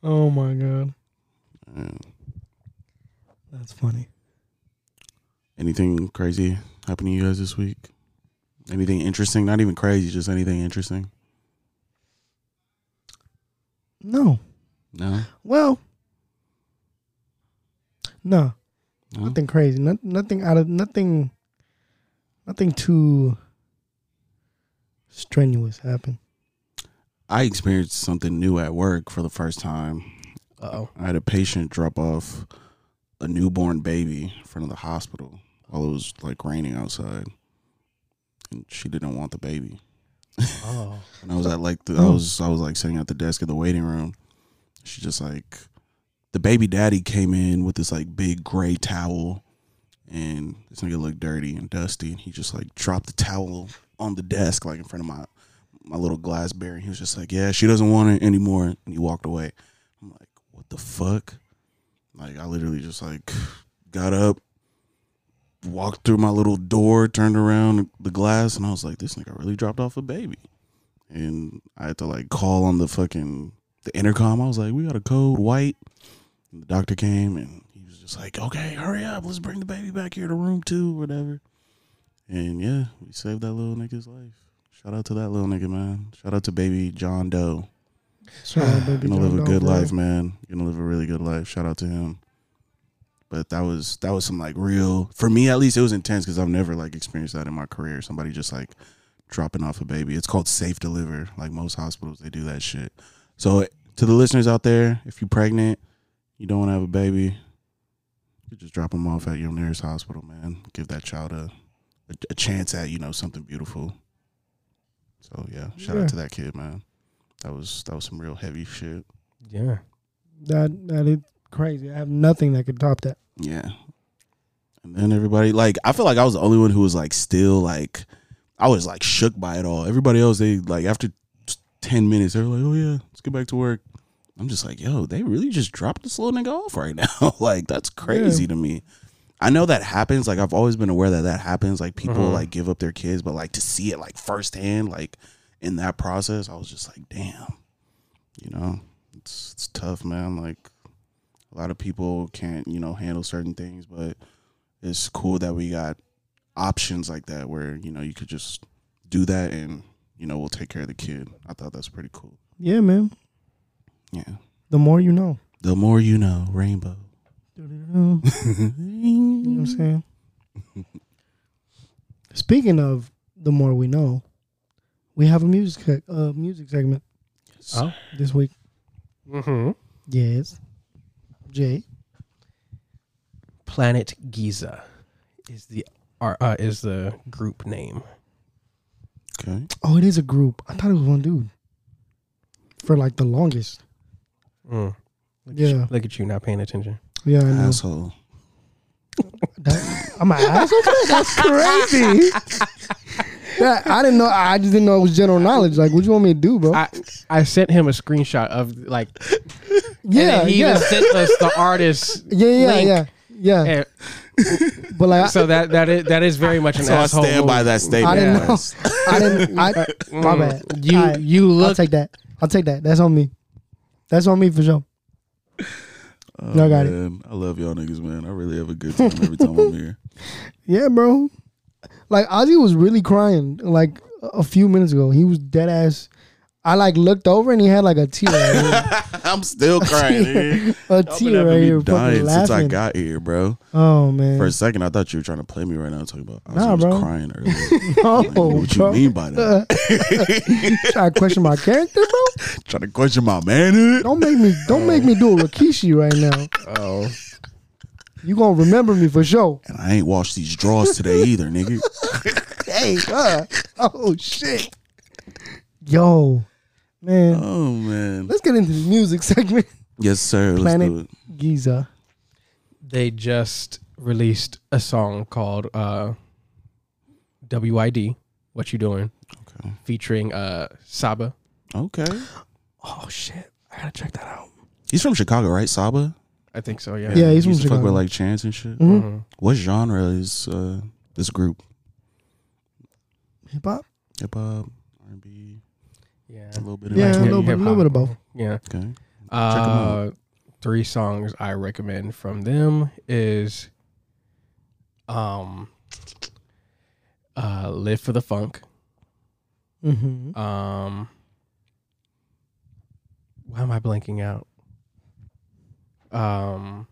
Oh my god, Yeah. that's funny. Anything crazy happening to you guys this week? Anything interesting? Not even crazy. Just anything interesting? No, No. well, no, No? nothing crazy. Not, nothing out of nothing. Nothing too strenuous happened. I experienced something new at work for the first time. Uh oh. I had a patient drop off a newborn baby in front of the hospital while it was like raining outside, and she didn't want the baby. Oh. And I was at like the, I Oh. was I was like sitting at the desk in the waiting room. She just like the baby daddy came in with this like big gray towel and this nigga looked dirty and dusty and he just like dropped the towel on the desk like in front of my my little glass bearing. He was just like, "Yeah, she doesn't want it anymore," and he walked away. I'm like, "What the fuck?" Like I literally just like got up, walked through my little door, turned around the glass, and I was like, "This nigga really dropped off a baby." And I had to like call on the fucking the intercom. I was like, "We got a code white." And the doctor came and he was just like, "Okay, hurry up, let's bring the baby back here to room two, or whatever." And yeah, we saved that little nigga's life. Shout out to that little nigga, man. Shout out to baby John Doe. Shout out, baby. You're gonna live John a good Doe, life, man. You're gonna live a really good life. Shout out to him. But that was that was some like real for me at least it was intense because I've never like experienced that in my career. Somebody just like dropping off a baby. It's called safe deliver. Like most hospitals, they do that shit. So to the listeners out there, if you're pregnant, you don't want to have a baby, you just drop them off at your nearest hospital, man. Give that child a a, a chance at you know something beautiful. So yeah, shout Yeah. out to that kid, man. That was that was some real heavy shit. Yeah. That that is crazy. I have nothing that could top that. Yeah. And then everybody like I feel like I was the only one who was like still like I was like shook by it all. Everybody else they like after t- 10 minutes they were like, "Oh yeah, let's get back to work." I'm just like, "Yo, they really just dropped this little nigga off right now." like that's crazy to me. I know that happens. Like I've always been aware that that happens. Like people Mhm. like give up their kids, but like to see it like firsthand like in that process, I was just like, "Damn." You know, it's it's tough, man. Like a lot of people can't you know handle certain things but it's cool that we got options like that where you know you could just do that and you know we'll take care of the kid i thought that's pretty cool Yeah, man. yeah The more you know. the more you know rainbow You know what I'm saying? Speaking of the more we know, we have a music sec- uh, music segment Oh. this week. Mm-hmm. Yes. Jay. Planet Giza is the ar- uh, is the group name. okay Oh, it is a group. I thought it was one dude. For like the longest. Mm. Look At Yeah. you, look at you not paying attention. Yeah, I know. asshole That, I'm an asshole. for that? That's crazy. That- I didn't know. I just didn't know it was general knowledge. Like, what you want me to do, bro? I I sent him a screenshot of like yeah, and he yeah, even sent us the artist. yeah, yeah, link. yeah, yeah, Eh, But like, so that that is that is very much an so i asshole. stand by that I, statement I didn't know. guys. I didn't. I, move. my bad. Mm. You I- you I'll look take that. I'll take that. That's on me. That's on me for sure. Oh, Y'all got it. man. i love y'all niggas man i really have a good time every time i'm here Yeah, bro. Like Ozzy was really crying like a a few minutes ago. He was dead ass. I like looked over and he had like a tear, right i'm still crying here. nigga. a I've been tear right having here, me dying fucking since i laughing. got here bro Oh man, for a second i thought you were trying to play me right now talking about i was, Nah, was bro. crying earlier Like, no, what Oh, bro. you mean by that? Try to question my character, bro. Trying to question my manhood? Don't make me. Don't make me do a Rikishi right now. oh You gonna remember me for sure. And I ain't washed these drawers today either, nigga. Hey, uh, oh shit. Yo, man, Oh man. let's get into the music segment. Yes, sir. Let's Planet- do it. Giza. they just released a song called uh WID What You Doing Okay. featuring uh Saba. Okay. Oh shit. I got to check that out. He's from Chicago, right? Saba? I think so, yeah. Yeah, he's he used from to fuck Chicago. with like Chance and shit. Mm-hmm. Mhm. Mhm. What genre is uh, this group? Hip hop. Hip hop, R and B, Yeah. a little bit of Yeah, that. a little bit, hip-hop. little bit of both. Yeah. Okay. Uh three songs I recommend from them is um uh Live for the Funk. Mm-hmm. Um, why am I blanking out? Um,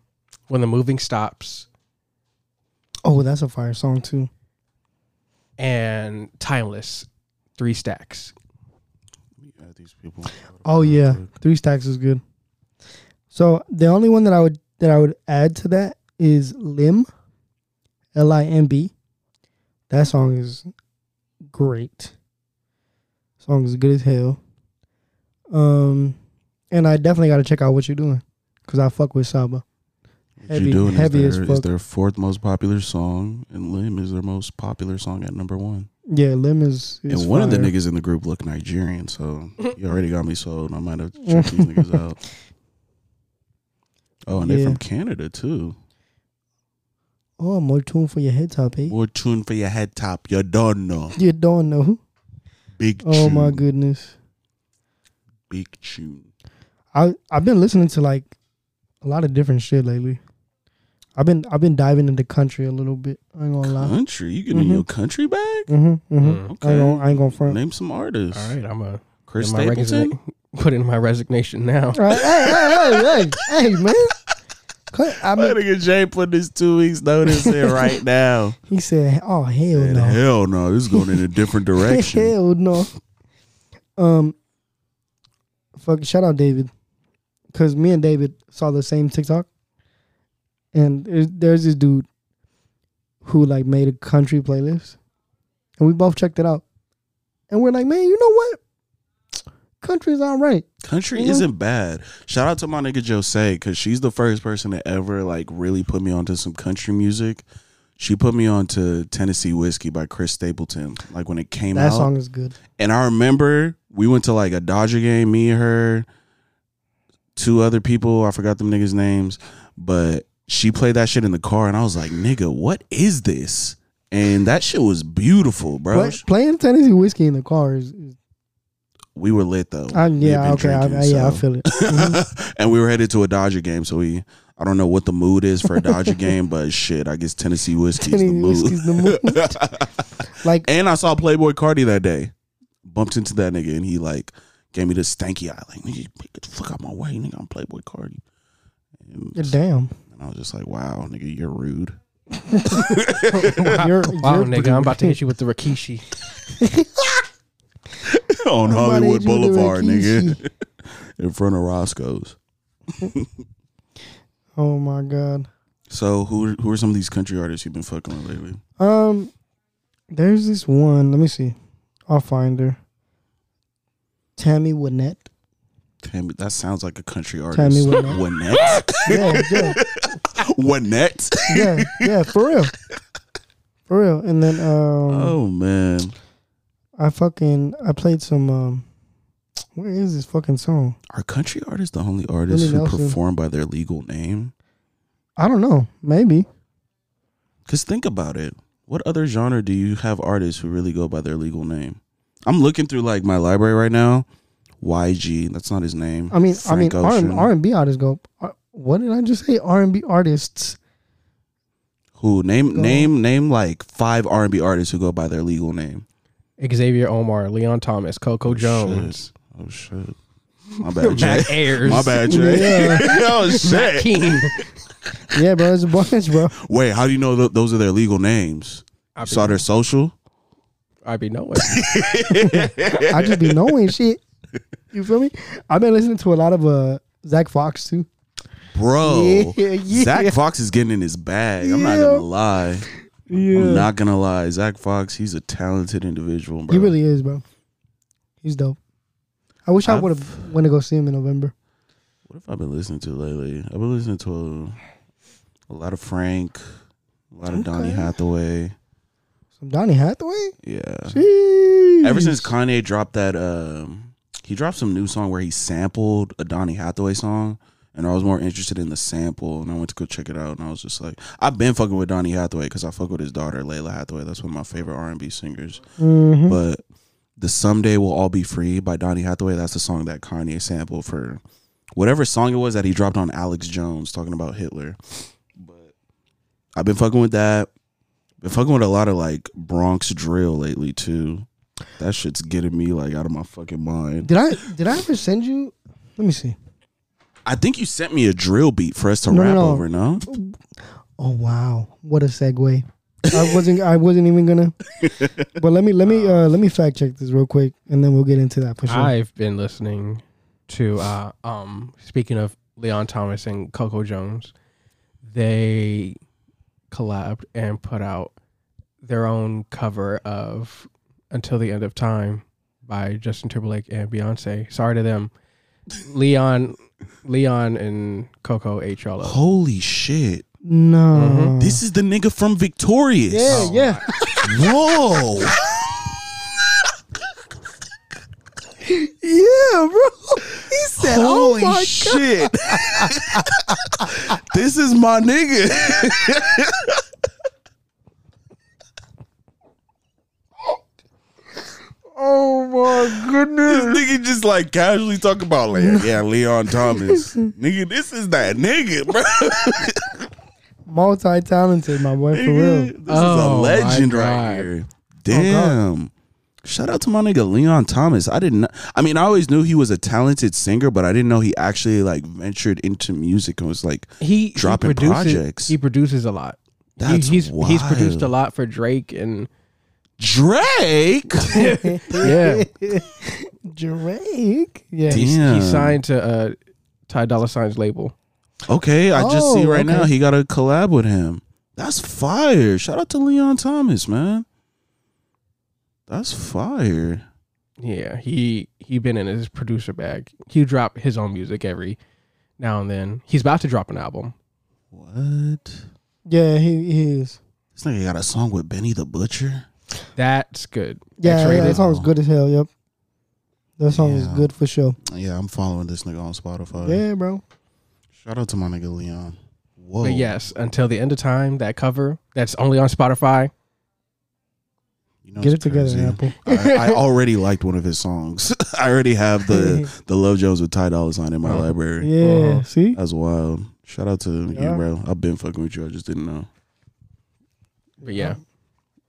when the moving stops Oh, that's a fire song too. and timeless, three stacks. Let me add these people. Oh yeah, three stacks is good. So the only one that I would that I would add to that is Lim, L I M B. That song is great. Song is good as hell. Um, and I definitely got to check out what you're doing because I fuck with Saba. What Heavy- you doing heavy as is, their, fuck. is their fourth most popular song, and Lim is their most popular song at number one. Yeah, lemons. and one of the niggas in the group looked Nigerian, so you already got me sold. I might have checked these niggas out. Oh, and Yeah. they're from Canada too. Oh, more tune for your head top, eh? More tune for your head top. You don't know. You don't know. Big Oh my tune. goodness. Big tune. I I've been listening to like a lot of different shit lately. I've been I've been diving into country a little bit. I ain't gonna lie. Country. Uh, You getting Mhm. your country back? Mm-hmm, mm-hmm. Mm. I ain't gonna, I ain't gonna front. Name some artists. All right, I'm a Chris my Stapleton. resigna- put in my resignation now. All right, hey, hey, hey, hey, hey, man. Cut- I My mean, nigga Jay put his two weeks notice in right now. he said, "Oh hell And no, Hell no, this is going in a different direction. hell no." Um, fuck. Shout out David, because me and David saw the same TikTok, and there's, there's this dude who like made a country playlist, and we both checked it out, and we're like, "Man, you know what? Country's all right." Country Mhm. isn't bad. Shout out to my nigga Jose because she's the first person to ever like really put me onto some country music. She put me on to Tennessee Whiskey by Chris Stapleton, like when it came That out. song is good. And I remember we went to like a Dodger game, me, her, two other people. I forgot them niggas' names, but she played that shit in the car, and I was like, nigga, what is this? And that shit was beautiful, bro. Play- playing Tennessee whiskey in the car is, is We were lit though. I, We had yeah, been okay, I, drinking, I, yeah, I so- feel it. Mhm. and we were headed to a Dodger game, so we I don't know what the mood is for a Dodger game, but shit, I guess Tennessee whiskey is the Tennessee mood. whiskey's the mood. like, And I saw Playboy Cardi that day. Bumped into that nigga and he like gave me this stanky eye, like nigga, get the fuck out my way, nigga. I'm Playboy Cardi. And, damn, and I was just like, wow, nigga, you're rude. you're, Wow, you're nigga, I'm about to hit you with the Rikishi. On I'm about to hit Hollywood Oh, you with the Boulevard, nigga. Rikishi. In front of Roscoe's. Oh my god. So who who are some of these country artists you've been fucking with lately? Um, there's this one. Let me see. I'll find her. Tammy Wynette. Tammy, that sounds like a country artist. Tammy Wynette. Yeah, yeah, Wynette. yeah, yeah. For real, for real. And then um, Oh man. I fucking I played some um. Where is this fucking song? Are country artists the only artists Willie who Nelson. perform by their legal name? I don't know. Maybe Because think about it. What other genre do you have artists who really go by their legal name? I'm looking through like my library right now. YG, that's not his name. I mean, Frank I mean, Ocean. R and B artists go. R- What did I just say? R and B artists. who name Go. name name like five R and B artists who go by their legal name. Xavier Omar, Leon Thomas, Coco Jones, Shit. Oh shit. My bad, Jay. Matt Ayers, My bad, Jay. Yeah. oh Matt shit. King. Yeah, bro, it's a bunch, bro. Wait, how do you know th- those are their legal names? I Saw be, their social. I be knowing. I just be knowing shit. You feel me? I've been listening to a lot of uh Zach Fox too. Bro, Yeah, yeah. Zach Fox is getting in his bag. I'm not Yeah. gonna lie. Yeah, I'm not gonna lie. Zach Fox, he's a talented individual, bro. he really is, bro. He's dope. I wish i I've- would have went to go see him in November. What have I been listening to lately? I've been listening to a, a lot of Frank, a lot of Donny Okay. Hathaway. Some Donny Hathaway. Yeah. Jeez. Ever since Kanye dropped that, um, he dropped some new song where he sampled a Donny Hathaway song, and I was more interested in the sample, and I went to go check it out, and I was just like, I've been fucking with Donny Hathaway because I fuck with his daughter Layla Hathaway. That's one of my favorite R and B singers. Mhm. But the "Someday We'll All Be Free" by Donny Hathaway, that's the song that Kanye sampled for whatever song it was that he dropped on Alex Jones talking about Hitler. But I've been fucking with that. Been fucking with a lot of like Bronx drill lately too. That shit's getting me like out of my fucking mind. did I did I ever send you? Let me see. I think you sent me a drill beat for us to No, no, rap no. over. No, Oh wow, what a segue! I wasn't I wasn't even gonna. But let me let me uh let me fact check this real quick, and then we'll get into that for sure. I've been listening to uh um speaking of Leon Thomas and Coco Jones, they collabed and put out their own cover of Until the End of Time by Justin Timberlake and Beyonce. Sorry to them. Leon Leon and Coco ate y'all up. holy shit! no, Mhm. Mm-hmm. Mm. This is the nigga from Victorious. yeah, yeah. Whoa! Yeah, bro. He said, Holy "Oh my god!" shit. this is my nigga. Oh my this goodness! nigga just like casually talk about like, yeah, Leon Thomas. nigga, this is that nigga, bro. Multi-talented, my boy, for Nigga, real. This Oh, my is a legend right God. here. God. Damn. Shout out to my nigga Leon Thomas. I didn't I mean, I always knew he was a talented singer, but I didn't know he actually like ventured into music and was like, He Dropping he produces, projects. He produces a lot. He- That's he's he's produced a wild. lot for Drake and Drake? yeah. Drake. Yeah. He's, Damn. he signed to uh, Ty Dolla Sign's label. Okay, I just see Oh, right now okay. he got a collab with him. That's fire. Shout out to Leon Thomas, man. That's fire. Yeah, he he been in his producer bag. He drop his own music every now and then. He's about to drop an album. What? Yeah, he, he is. This nigga got a song with Benny the Butcher. That's good. Yeah, yeah, X-rated. that song was good as hell. Yep. That song was Yeah. good for sure. Yeah, I'm following this nigga on Spotify. Yeah, bro. Shout out to my nigga Leon. Whoa. But yes, until the end of time, that cover that's only on Spotify. You know Get it it's together, crazy. Apple. I, I already liked one of his songs. I already have the the Love Joes with Ty Dolla Sign in my Oh. library. Yeah. Uh-huh. See. That's wild. Shout out to Yeah. you, bro. I've been fucking with you. I just didn't know. But yeah,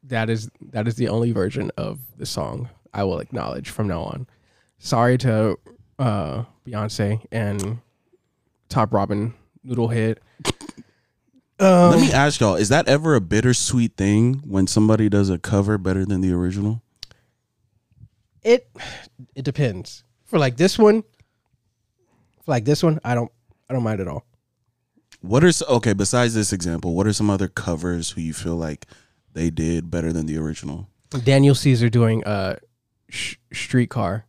that is that is the only version of the song I will acknowledge from now on. Sorry to uh, Beyonce and Top Robin Noodlehead. Um, Let me ask y'all: Is that ever a bittersweet thing when somebody does a cover better than the original? it it depends. For like this one, for like this one, I don't I don't mind at all. What are s- okay? Besides this example, what are some other covers who you feel like they did better than the original? Daniel Caesar doing uh sh- streetcar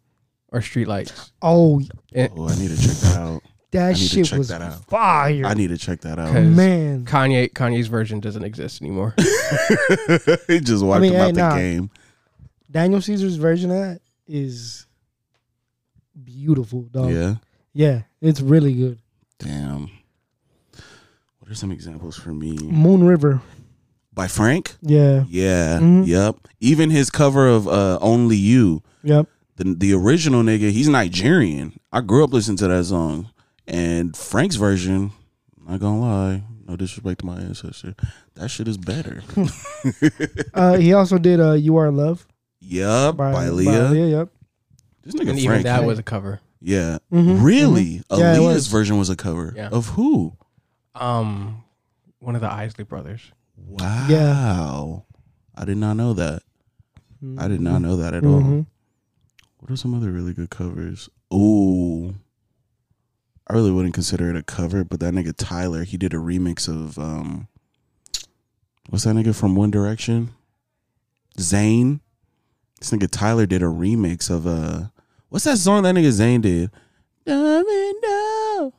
or streetlights. Oh, Oh, I need to check that out. I that need to shit check was that out. fire. I need to check that out. Okay. Man. Kanye Kanye's version doesn't exist anymore. he just wiped mean, him out hey, the nah. game. Daniel Caesar's version of that is beautiful, dog. Yeah, Yeah. it's really good. Damn. What are some examples for me? Moon River. By Frank? Yeah. Yeah. Mhm. Yep. Even his cover of uh, Only You. Yep. the the original nigga, he's Nigerian. I grew up listening to that song. And Frank's version, not gonna lie, no disrespect to my ancestor, that shit is better. Uh, he also did uh, "You Are Love" yup, by, Leah. Yep. This nigga and even Frank. that was a cover. yeah. Mhm, Really? mhm. Yeah, it Aaliyah's was. version was a cover. Yeah. Of who? Um one of the Isley brothers. Wow. I did not know that. mhm. I did not know that at Mm-hmm. all. Mhm. What are some other really good covers? Ooh. I really wouldn't consider it a cover, but that nigga Tyler, he did a remix of um what's that nigga from One Direction? Zayn. This nigga Tyler did a remix of uh what's that song that nigga Zayn did? Domino,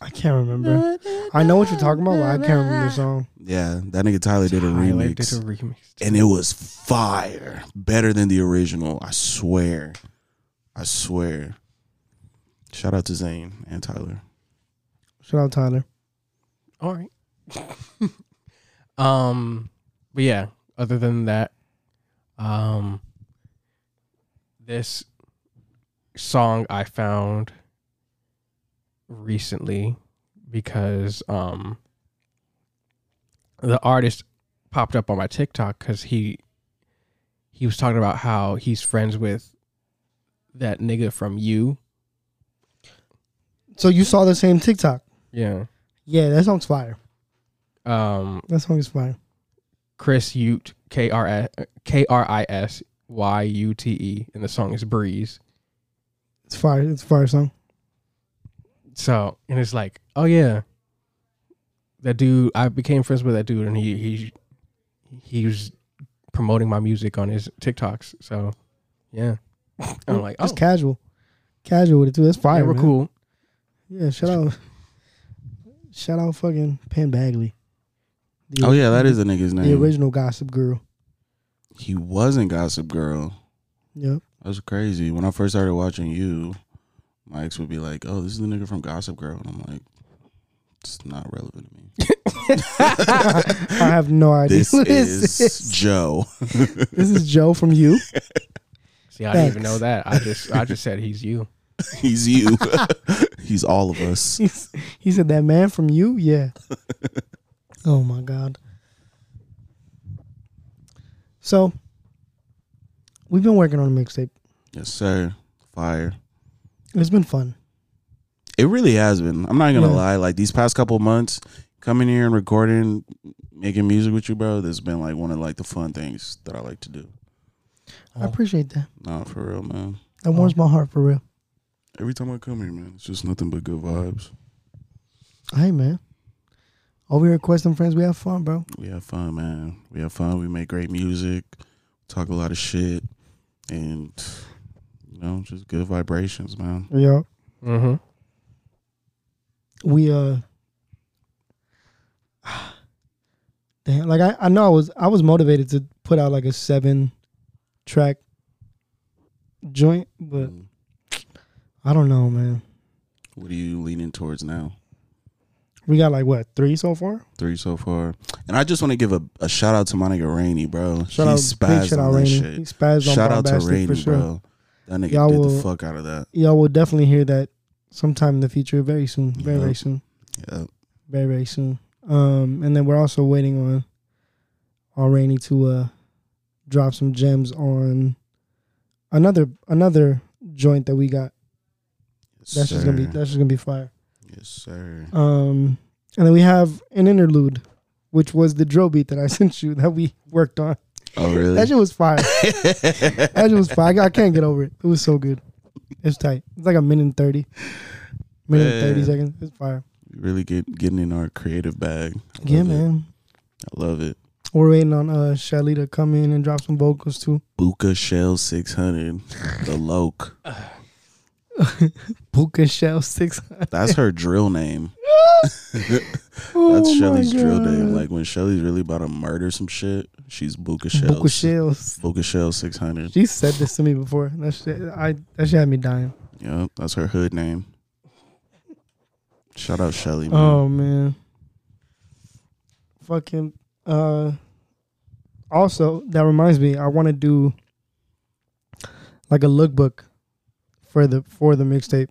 I can't remember. I know what you're talking about, but I can't remember the song. Yeah, that nigga Tyler did a Tyler remix. did a remix. and it was fire. Better than the original, I swear. I swear. Shout out to Zane and Tyler. Shout out Tyler. All right. um, but yeah, other than that, um, this song I found recently because um the artist popped up on my TikTok cuz he he was talking about how he's friends with that nigga from you. So you saw the same TikTok? Yeah. Yeah, that song's fire. Um That song is fire. Chris Ute, K R S K R I S Y U T E, and the song is Breeze. It's fire. It's a fire song. So, and it's like, oh yeah, that dude. I became friends with that dude, and he he he was promoting my music on his TikToks. So, yeah, I'm like, oh, It's casual, casual with it too. That's yeah, fire. we're man. cool. Yeah, shout out, shout out, fucking Penn Bagley. The- Oh yeah, that is the nigga's the name. original Gossip Girl. He wasn't Gossip Girl. Yep. That's crazy. When I first started watching you, my ex would be like, "Oh, this is the nigga from Gossip Girl," and I'm like, "It's not relevant to me." I have no idea. This who is Joe. This is Joe from you. See, I didn't even Thanks. know that. I just I just said he's you. He's you. He's all of us. He's- he said that man from you. Yeah. oh my god. So we've been working on a mixtape. Yes, sir. Fire. It's been fun. It really has been. I'm not gonna Yeah. lie. Like these past couple months, coming here and recording, making music with you, bro. This has been like one of like the fun things that I like to do. I appreciate that. Nah, for real, man. That warms my heart for real. Every time I come here, man, it's just nothing but good vibes. Hey man. All we request them friends, we have fun, bro. We have fun, man. We have fun. We make great music. Talk a lot of shit, and you know, just good vibrations, man. Yeah. Mm-hmm. we uh damn like I, I know I was I was motivated to put out like a seven track joint, but Mm. I don't know, man. What are you leaning towards now? We got like what, three so far? Three so far, and I just want to give a, a shout out to Monica Rainey, bro. Shout he out spazzed big shout out on that Rainy. shit. He spazzed Shout on out to Bombastic Rainy, for sure. bro. That nigga Y'all did will- the fuck out of that. Y'all will definitely hear that sometime in the future, very soon. Very, Yeah. very soon. Yeah. Very, very soon. Um and then we're also waiting on on Rainy to uh drop some gems on another another joint that we got That's Yes, just gonna be sir. that's just gonna be fire. Yes, sir. Um, and then we have an interlude, which was the drill beat that I sent you that we worked on. Oh, That really? shit was fire. that shit was fire. I can't get over it. It was so good. It's tight. It's like a minute and thirty, minute and thirty Man. seconds. It's fire. really get, getting in our creative bag. I Yeah, love it. man. I love it. We're waiting on uh Shelly to come in and drop some vocals too. Buka Shell 600, the Loke. Buka Shell Six. That's her drill name. That's Oh my Shelly's drill name. God. Like when Shelly's really about to murder some shit, she's Buka Shell. Buka Shells. Buka Shell 600. She said this to me before. That shit, I that shit had me dying. Yep, that's her hood name. Shout out Shelly, man. Oh man. Fucking uh also that reminds me, I wanna do like a lookbook for the for the mixtape.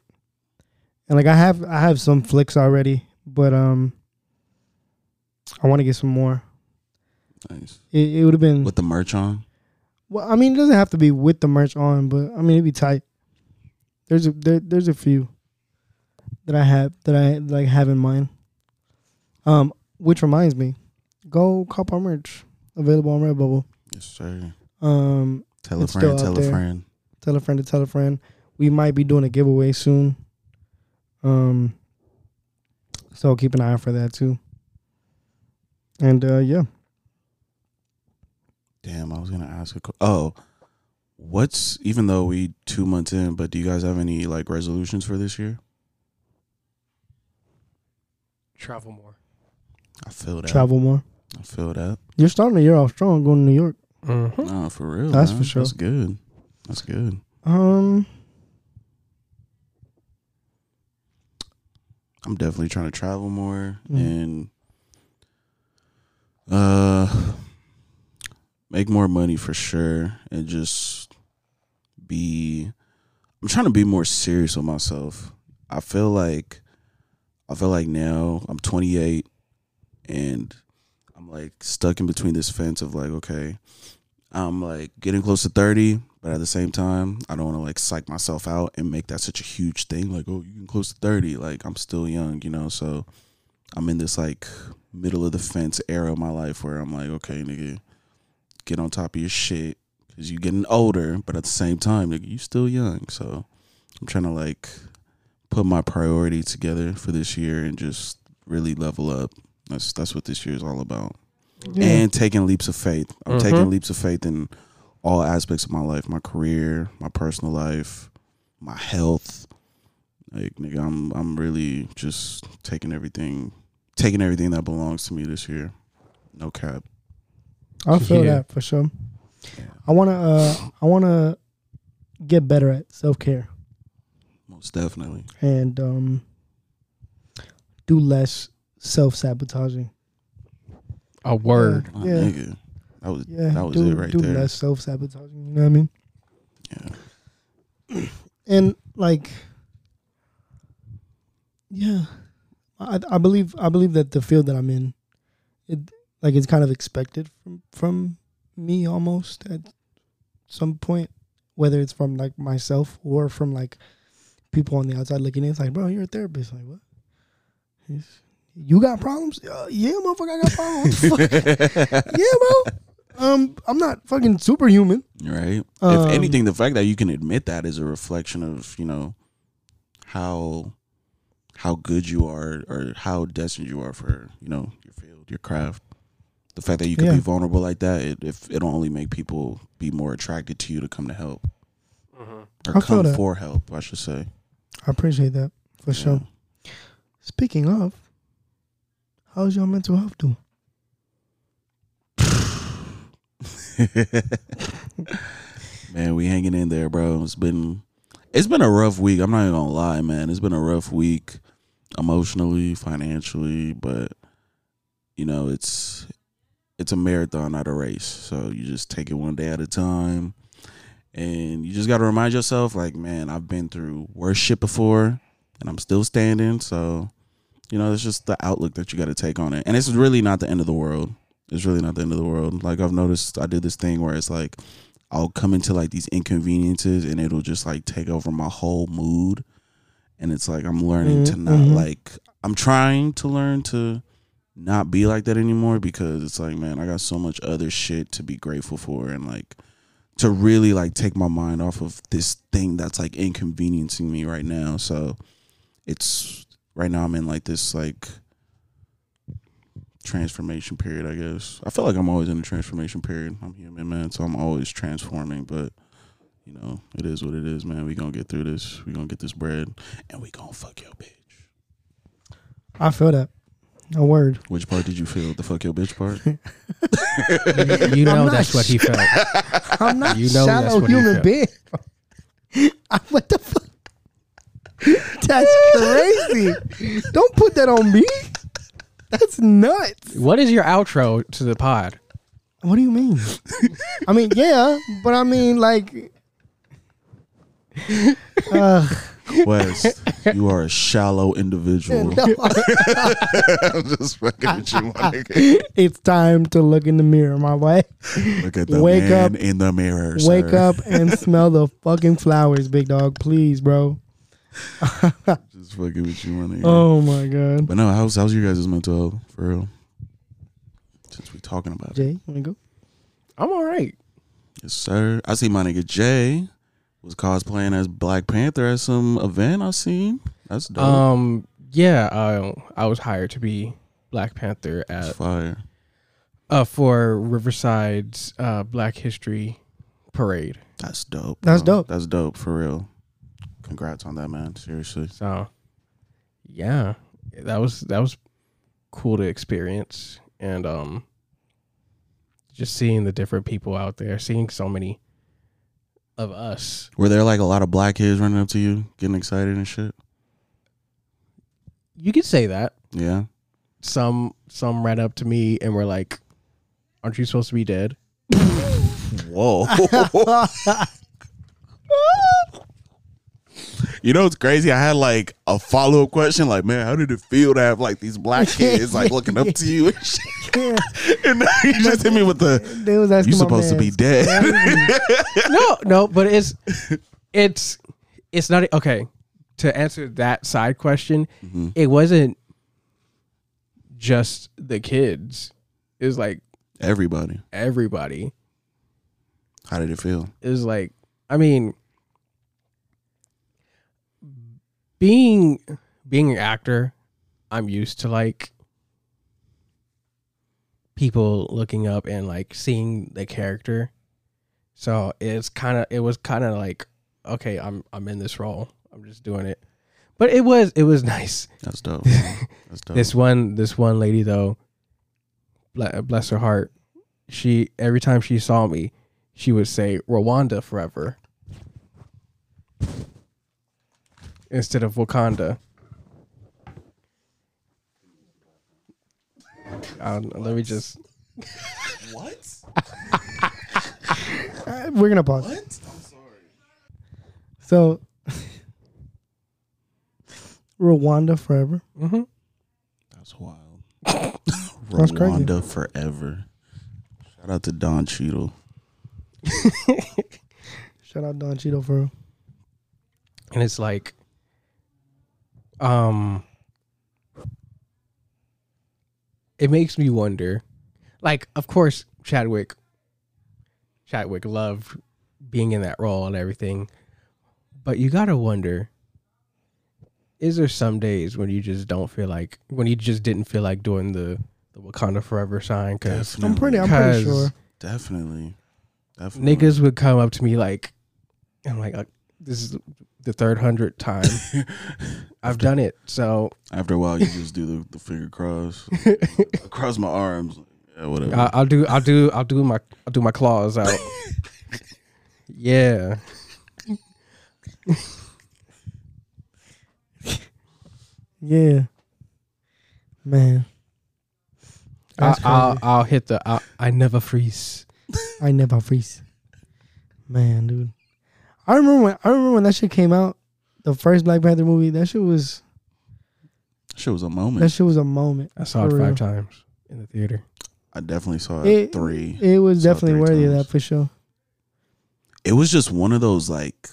And like I have I have some flicks already, but um I wanna get some more. Nice. It, it would have been With the merch on. well, I mean it doesn't have to be with the merch on, but I mean it'd be tight. There's a there, there's a few that I have that I like have in mind. Um, which reminds me, go cop our merch available on Redbubble. Yes, sir. Um, Tell a It's still friend, out tell a there. friend. tell a friend to tell a friend. We might be doing a giveaway soon. Um, so keep an eye out for that too. And uh, yeah, Damn, I was gonna ask a. qu- Oh, what's even though we two months in, but do you guys have any like resolutions for this year? Travel more. I feel that. travel more. I feel that. You're starting the year off strong, going to New York. Mm-hmm. No, for real. Hmm. That's man. for sure. That's good. That's good. Um, I'm definitely trying to travel more Mm. and uh make more money for sure and just be I'm trying to be more serious with myself. I feel like I feel like now I'm 28 and I'm like stuck in between this fence of like okay, I'm like getting close to 30, but at the same time, I don't want to like psych myself out and make that such a huge thing like oh, you can close to 30, like I'm still young, you know. So I'm in this like middle of the fence era of my life where I'm like, okay, nigga, get on top of your shit cuz you getting older, but at the same time, nigga, you still young. So I'm trying to like put my priority together for this year and just really level up. That's that's what this year is all about yeah. Mm-hmm. and taking leaps of faith. I'm Mhm. taking leaps of faith in all aspects of my life, my career, my personal life, my health. Like nigga, I'm I'm really just taking everything, taking everything that belongs to me this year. No cap. I feel Yeah. that for sure. I wanna uh I wanna get better at self care Most definitely. and um, do less self sabotaging. A word. My Yeah. nigga. That was Yeah, that was do, it right do there. less self sabotaging. You know what I mean? Yeah. And like, yeah, I I believe I believe that the field that I'm in, it like it's kind of expected from from me almost at some point, whether it's from like myself or from like people on the outside looking in. It's like, bro, you're a therapist. Like what? He's- you got problems? Uh, yeah, motherfucker, I got problems. What the fuck? yeah, bro. Um, I'm not fucking superhuman. Right. Um, if anything, the fact that you can admit that is a reflection of you know how how good you are or how destined you are for you know your field, your craft. The fact that you can Yeah. be vulnerable like that, it, if it'll only make people be more attracted to you to come to help or I feel come that. for help, I should say. I appreciate that for sure. Yeah. Speaking of, how's your mental health doing? man, we hanging in there, bro. It's been it's been a rough week. I'm not even gonna lie, man. It's been a rough week emotionally, financially, but you know, it's it's a marathon, not a race. So you just take it one day at a time. And you just gotta remind yourself, like, man, I've been through worse shit before and I'm still standing. So, you know, it's just the outlook that you gotta take on it. And it's really not the end of the world. It's really not the end of the world. Like I've noticed I did this thing where it's like I'll come into like these inconveniences and it'll just like take over my whole mood. And it's like I'm learning to Mhm, not mhm. like I'm trying to learn to not be like that anymore because it's like, man, I got so much other shit to be grateful for and like to really like take my mind off of this thing that's like inconveniencing me right now. So it's right now I'm in like this like transformation period, I guess. I feel like I'm always in a transformation period. I'm human, man, so I'm always transforming, but you know, it is what it is, man. We gonna get through this. We gonna get this bread, and we gonna fuck your bitch. I feel that. A word. Which part did you feel? The fuck your bitch part? You- you know not that's what he felt. I'm not You know that's shallow what he human felt. being. I- what the fuck? That's crazy. Don't put that on me. That's nuts. What is your outro to the pod? What do you mean? I mean, yeah, but I mean, like, uh, West, you are a shallow individual. no. I'm just fucking with you, my nigga. it's time to look in the mirror, my way. Look at the Wake man up. in the mirror. Wake sir. up and smell the fucking flowers, big dog. Please, bro. Just fucking with you, my nigga. Oh my god. But no, how's how's your guys' mental health for real? Since we talking about it, Jay, wanna go? I'm all right. yes, sir. I see my nigga Jay was cosplaying as Black Panther at some event I seen. That's dope. Um, yeah, uh, I was hired to be Black Panther That's at fire. uh, for Riverside's uh, Black History Parade. That's dope. That's bro. dope. That's dope for real. Congrats on that, man. Seriously. So, yeah, that was that was cool to experience, and um, just seeing the different people out there, seeing so many of us. Were there like a lot of black kids running up to you, getting excited and shit? You could say that Yeah. some some ran up to me and were like, "Aren't you supposed to be dead?" Whoa. you know what's crazy? I had like a follow up question, like, man, how did it feel to have like these black kids like looking up to you and shit? Yeah, And now you just hit me with the they was asking you my supposed to be mans. dead. no, no, but it's it's it's not okay. To answer that side question, it wasn't just the kids. It was like Everybody. everybody. How did it feel? It was like I mean being being an actor, I'm used to like people looking up and like seeing the character. So it's kind of it was kind of like okay, I'm I'm in this role. I'm just doing it. But it was it was nice. That's dope. That's dope. This one this one lady though, ble- bless her heart, she every time she saw me, she would say Rwanda forever. instead of Wakanda. I don't know, let me just. What? Uh, We're gonna pause. What? I'm sorry. So, Rwanda forever. hmm That's wild. That's crazy. Rwanda forever. Shout out to Don Cheadle. Shout out Don Cheeto for real. and it's like um it makes me wonder like of course chadwick chadwick loved being in that role and everything but you gotta wonder is there some days when you just don't feel like when you just didn't feel like doing the the wakanda forever sign because Definitely. I'm pretty. I'm pretty 'Cause- sure. Definitely. Definitely. niggas would come up to me like i'm like uh, this is the third hundred time i've done it so After a while, you just do the, the finger cross across my arms. Yeah, whatever. I, I'll do. I'll do. I'll do my. I'll do my claws out. yeah. Yeah. Man, I, That's I'll. uh, crazy. I'll hit the. i I never freeze. I never freeze. Man, dude, I remember when I remember when that shit came out. The first Black Panther movie. That shit was shit was a moment. that shit was a moment. I saw it For real. five times in the theater. I definitely saw it, It- three. It, It was Saw it definitely three worthy of times. that for sure. was just one of those like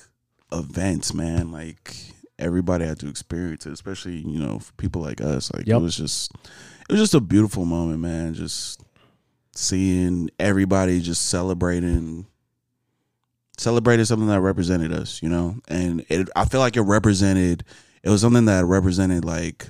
events, man. Like everybody had to experience it, especially you know for people like us. Like Yep. it was just, it was just a beautiful moment, man. Just seeing everybody just celebrating, celebrating something that represented us, you know. And it, I feel like it represented. It was something that represented like,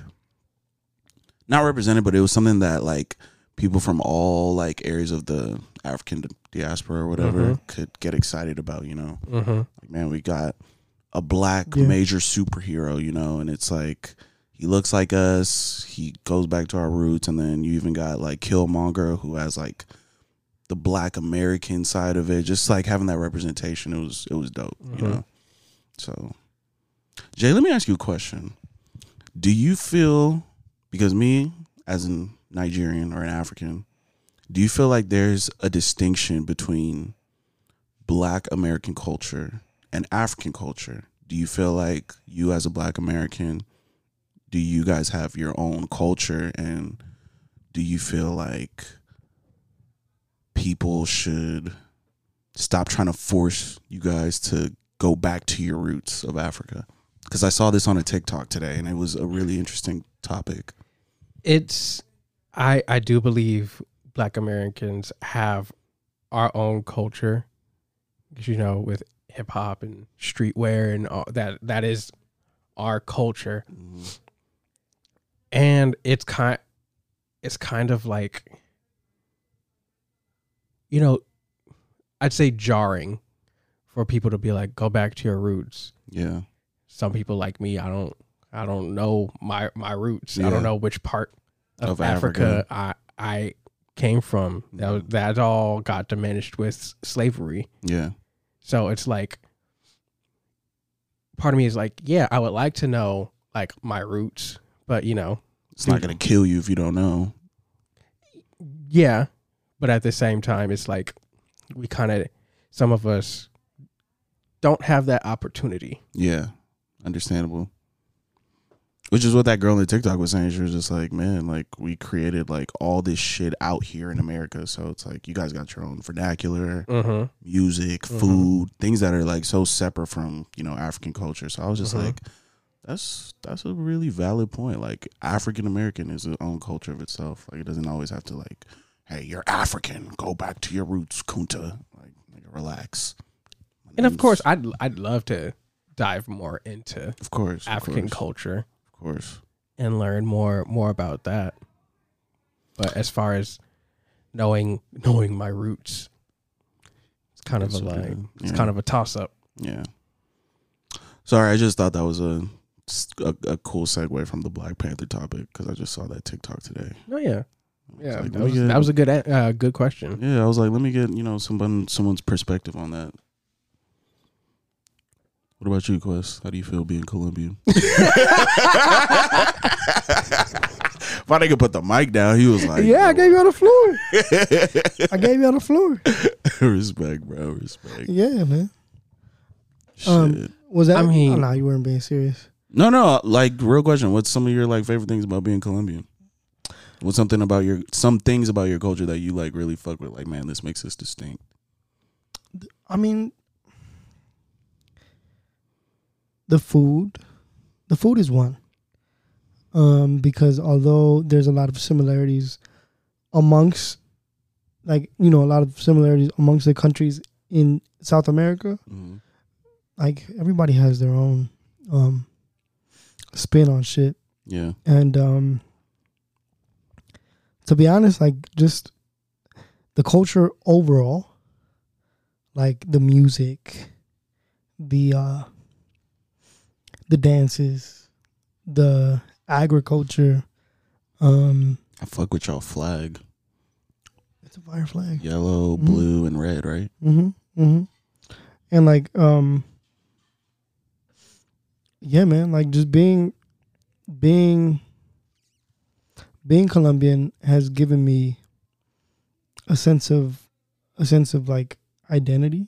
not represented, but it was something that like people from all like areas of the African diaspora or whatever Mhm. could get excited about, you know. Mm-hmm. Like, man, we got a black Yeah. major superhero, you know, and it's like he looks like us, he goes back to our roots, and then you even got like Killmonger who has like the black American side of it. Just like having that representation, it was it was dope, Mhm. you know. So Jay, let me ask you a question. Do you feel because me as a Nigerian or an African, do you feel like there's a distinction between black American culture and African culture? Do you feel like you as a black American, do you guys have your own culture and do you feel like people should stop trying to force you guys to go back to your roots of Africa? Because I saw this on a TikTok today and it was a really interesting topic. It's. I. I do believe Black Americans have our own culture. 'Cause, you know, with hip hop and streetwear and all that. That is our culture. and it's kind it's kind of like you know i'd say jarring for people to be like go back to your roots Yeah. some people like me i don't i don't know my my roots i Yeah. don't know which part of, Of africa, Africa. i i came from that was- that all got diminished with slavery Yeah. so it's like part of me is like yeah i would like to know like my roots but you know It's not going to kill you if you don't know. Yeah, but at the same time, it's like we kind of some of us don't have that opportunity. Yeah, understandable. Which is what that girl in the TikTok was saying. She was just like, "Man, like we created like all this shit out here in America, so it's like you guys got your own vernacular, Mm-hmm. music, Mhm. food, things that are like so separate from you know African culture." So I was just Mhm. like, "That's that's a really valid point. Like African American is its own culture of itself. Like it doesn't always have to like, hey, you're African, go back to your roots, Kunta. Like, nigga, relax." And of course, I'd I'd love to dive more into of course, of African course, culture of course. and learn more more about that. But as far as knowing knowing my roots, it's kind of a That's what it like is. it's Yeah. kind of a toss up. Yeah. Sorry, I just thought that was a a, a cool segue from the Black Panther topic because I just saw that TikTok today. Oh yeah, I yeah. like, that, let me was, get- that was a good a- uh, good question. yeah, I was like, let me get you know someone someone's perspective on that. What about you, Quest? How do you feel being Colombian? My nigga put the mic down. He was like, yeah, I "Yo, gave you on the floor. I gave you on the floor. respect, bro, respect." Yeah, man. Shit. Um, was that? I mean- oh, no, you weren't being serious. no, no, like real question. What's some of your like favorite things about being Colombian? What's something about your some things about your culture that you like really fuck with? Like, man, this makes us distinct. I mean, the food, the food is one. Um, because although there's a lot of similarities amongst, like you know, a lot of similarities amongst the countries in South America, Mhm. like everybody has their own um spin on shit. Yeah, and um to be honest like just the culture overall like the music the uh the dances the agriculture um I fuck with y'all flag, it's a fire flag yellow, Mhm. blue, and red, right? Mm-hmm. Mm-hmm. And like, um, yeah, man, like just being, being, being Colombian has given me a sense of, a sense of like identity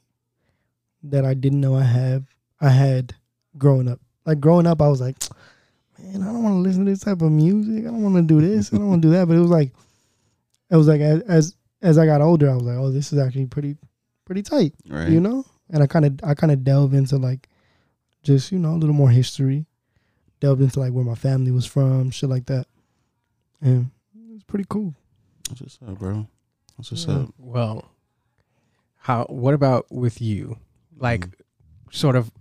that I didn't know I have, I had growing up. Like growing up, I was like, man, I don't want to listen to this type of music. I don't want to do this. I don't want to do that. But it was like, it was like as, as as I got older, I was like, oh, this is actually pretty pretty tight, Right. you know. And I kind of I kind of delve into like just you know a little more history, delved into like where my family was from, shit like that, and it's pretty cool. What's what's up, bro? What's what's Yeah. up? Well, how? What about with you? Like, Mm-hmm. sort of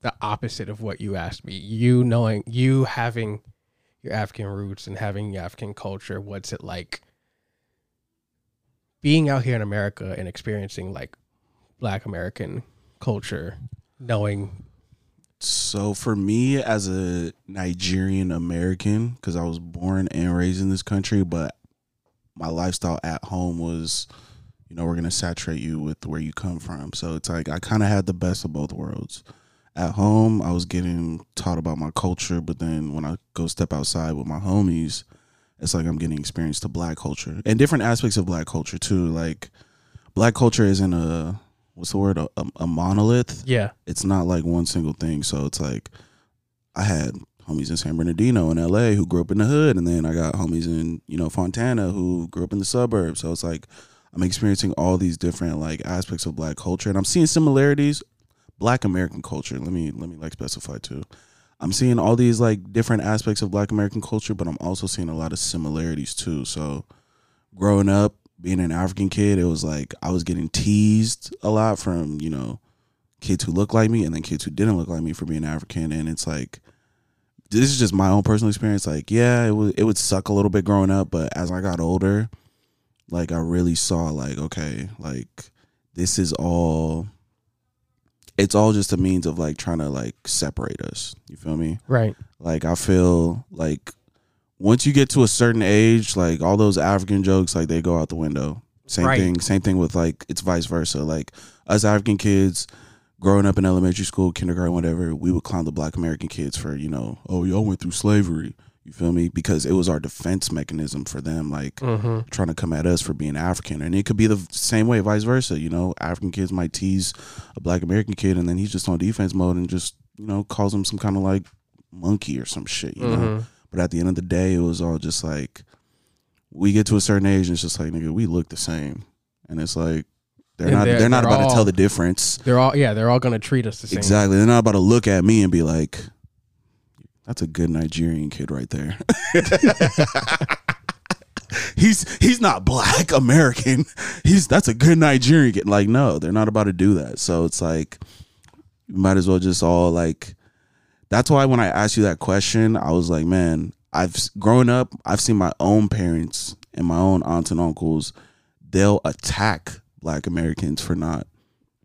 the opposite of what you asked me. You knowing, you having your African roots and having your African culture. What's it like being out here in America and experiencing like Black American culture? Knowing, So for me, as a Nigerian American, because I was born and raised in this country, but my lifestyle at home was, you know, we're gonna saturate you with where you come from. So it's like I kind of had the best of both worlds. At home, I was getting taught about my culture, but then when I go step outside with my homies, it's like I'm getting experienced to black culture and different aspects of black culture too. Like black culture isn't a what's the word a, a, a monolith yeah, it's not like one single thing. So it's like I had homies in San Bernardino in LA who grew up in the hood, and then I got homies in you know Fontana who grew up in the suburbs. So it's like I'm experiencing all these different like aspects of Black culture, and I'm seeing similarities. Black American culture. Let me let me like specify too. I'm seeing all these like different aspects of Black American culture, but I'm also seeing a lot of similarities too. So growing up being an African kid, it was like I was getting teased a lot from you know kids who look like me and then kids who didn't look like me for being African. And it's like, this is just my own personal experience. Like, yeah, it would it would suck a little bit growing up, but as I got older, like I really saw like, okay, like this is all it's all just a means of like trying to like separate us. You feel me? right, Like I feel like once you get to a certain age, like all those African jokes, like they go out the window. Same Right. thing. Same thing with like it's vice versa. Like us African kids growing up in elementary school, kindergarten, whatever, we would clown the Black American kids for you know, oh y'all went through slavery. You feel me? Because it was our defense mechanism for them. Like mm-hmm. trying to come at us for being African. And it could be the same way, vice versa. You know, African kids might tease a black American kid and then he's just on defense mode and just, you know, calls him some kind of like monkey or some shit, you mm-hmm. know? But at the end of the day, it was all just like, we get to a certain age and it's just like, nigga, we look the same. And it's like, they're And not, they're- they're, not they're about all- to tell the difference. They're all, yeah, they're all gonna treat us the same. Exactly. They're not about to look at me and be like, that's a good Nigerian kid right there. he's he's not black American. He's that's a good Nigerian kid. Like, no, they're not about to do that. So it's like you might as well just all like that's why when I asked you that question, I was like, man, I've s- grown up, I've seen my own parents and my own aunts and uncles, they'll attack black Americans for not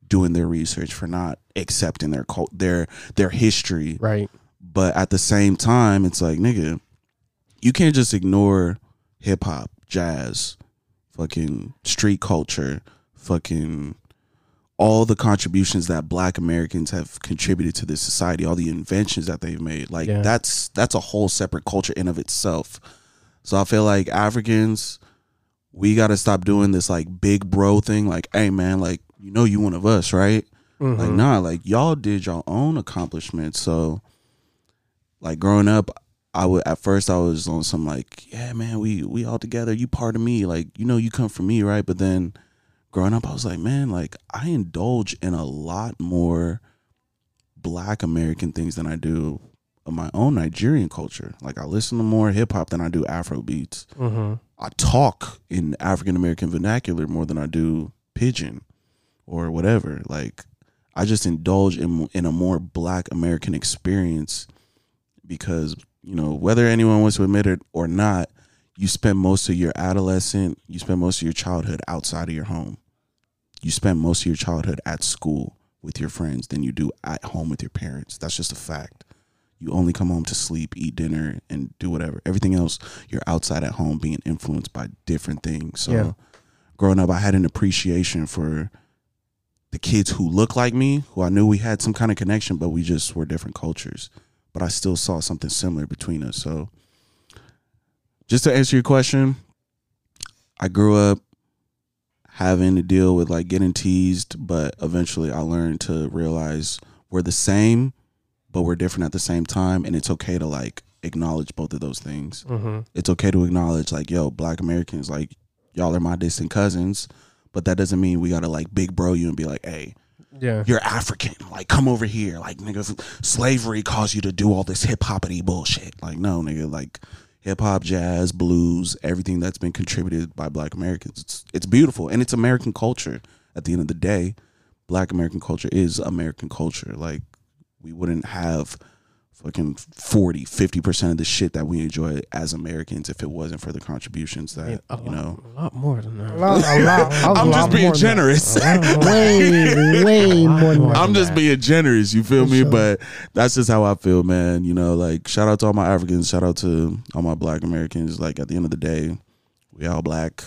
doing their research, for not accepting their cult their their history. Right, But at the same time, it's like, nigga, you can't just ignore hip hop, jazz, fucking street culture, fucking all the contributions that black americans have contributed to this society all the inventions that they've made like Yeah. that's that's a whole separate culture in of itself so i feel like africans we got to stop doing this like big bro thing like hey man like you know you one of us right like Mhm. nah like y'all did your own accomplishments so like growing up i would at first i was on some like yeah man we we all together you part of me like you know you come from me right but then growing up i was like man like i indulge in a lot more black american things than i do of my own nigerian culture like i listen to more hip-hop than i do afro beats Mhm. I talk in African American vernacular more than I do pidgin or whatever. Like I just indulge in in a more Black American experience because you know whether anyone wants to admit it or not, you spend most of your adolescent, you spend most of your childhood outside of your home. You spend most of your childhood at school with your friends than you do at home with your parents. That's just a fact. You only come home to sleep, eat dinner, and do whatever. Everything else, you're outside at home being influenced by different things. So, Yeah. growing up, I had an appreciation for the kids who looked like me, who I knew we had some kind of connection, but we just were different cultures. But I still saw something similar between us. So, just to answer your question, I grew up having to deal with like getting teased, but eventually I learned to realize we're the same, but we're different at the same time. And it's okay to like acknowledge both of those things. Mhm. It's okay to acknowledge, like, yo, black Americans, like, y'all are my distant cousins, but that doesn't mean we gotta like big bro you and be like, hey, Yeah. you're African. Like, come over here. Like, nigga, slavery caused you to do all this hip hoppity bullshit. Like, no, nigga. Like, hip hop, jazz, blues, everything that's been contributed by Black Americans. It's it's beautiful, and it's American culture. At the end of the day, Black American culture is American culture. Like, we wouldn't have fucking 40 50% of the shit that we enjoy as americans if it wasn't for the contributions I mean, that a you lot, know a lot more than A that. lot, a lot. I was a i'm lot just being more than that. generous Way, way more than that. I'm just that. being generous, you feel For me? sure. But that's just how I feel, man. You know, like shout out to all my Africans, shout out to all my black Americans. Like at the end of the day, we all black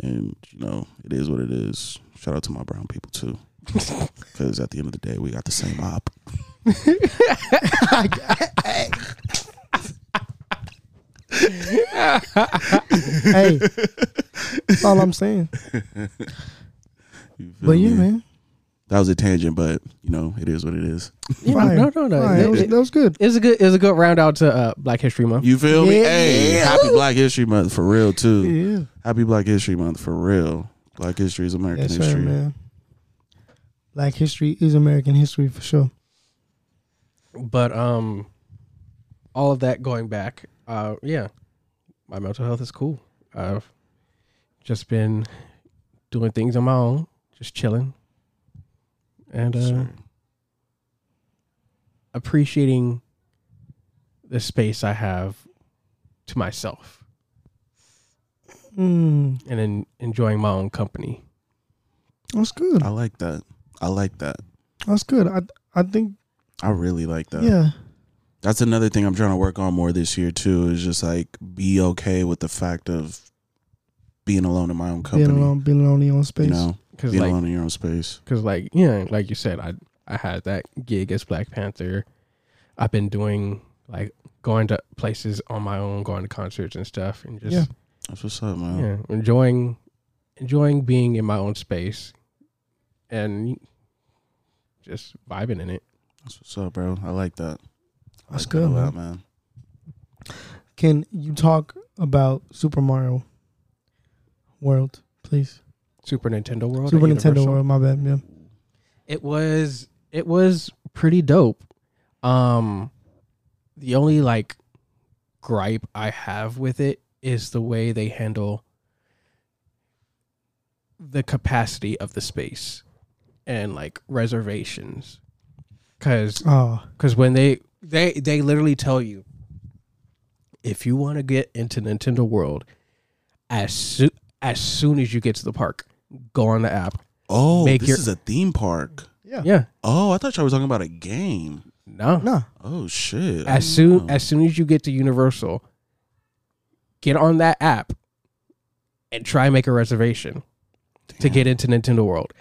and you know, it is what it is. Shout out to my brown people too. Cause at the end of the day we got the same op. hey, that's all I'm saying. You feel But yeah, me? man, That was a tangent, but you know, it is what it is. You know, Fire. no, no, no. All right, that, was, It- that was good. It's a good, it's a good round out to uh, Black History Month. You feel me? Yeah. Hey, happy Black History Month for real too. Yeah, Happy Black History Month for real. Black history is American yes, sir, history. man. Black history is American history for sure. but um, all of that going back, uh, yeah, my mental health is cool. I've just been doing things on my own, just chilling, and uh, Sure. appreciating the space I have to myself, Mm, and then enjoying my own company. that's good. I like that. I like that. That's good. I I think I really like that. yeah. That's another thing I'm trying to work on more this year too. Is just like be okay with the fact of being alone in my own company. Being alone, being alone in your own space. You know, Because being like, alone in your own space. because like yeah like you said i i had that gig as black panther i've been doing like going to places on my own going to concerts and stuff and just Yeah. That's what's up, yeah, man. enjoying enjoying being in my own space and just vibing in it That's what's up, bro. I like that. I That's like good, that a lot, man. Can you talk about Super Mario World, please? super nintendo world Super at Nintendo Universal. World. My bad. Yeah. it was it was pretty dope um the only like gripe i have with it is the way they handle the capacity of the space and like reservations cuz Oh, cuz when they they they literally tell you if you want to get into Nintendo World as soo- as soon as you get to the park go on the app Oh, Make this your- is a theme park. Yeah. yeah Oh, I thought y'all were talking about a game. no no. Oh shit. Oh, I as soon know. as soon as you get to Universal, get on that app and try and make a reservation to Damn. get into Nintendo World.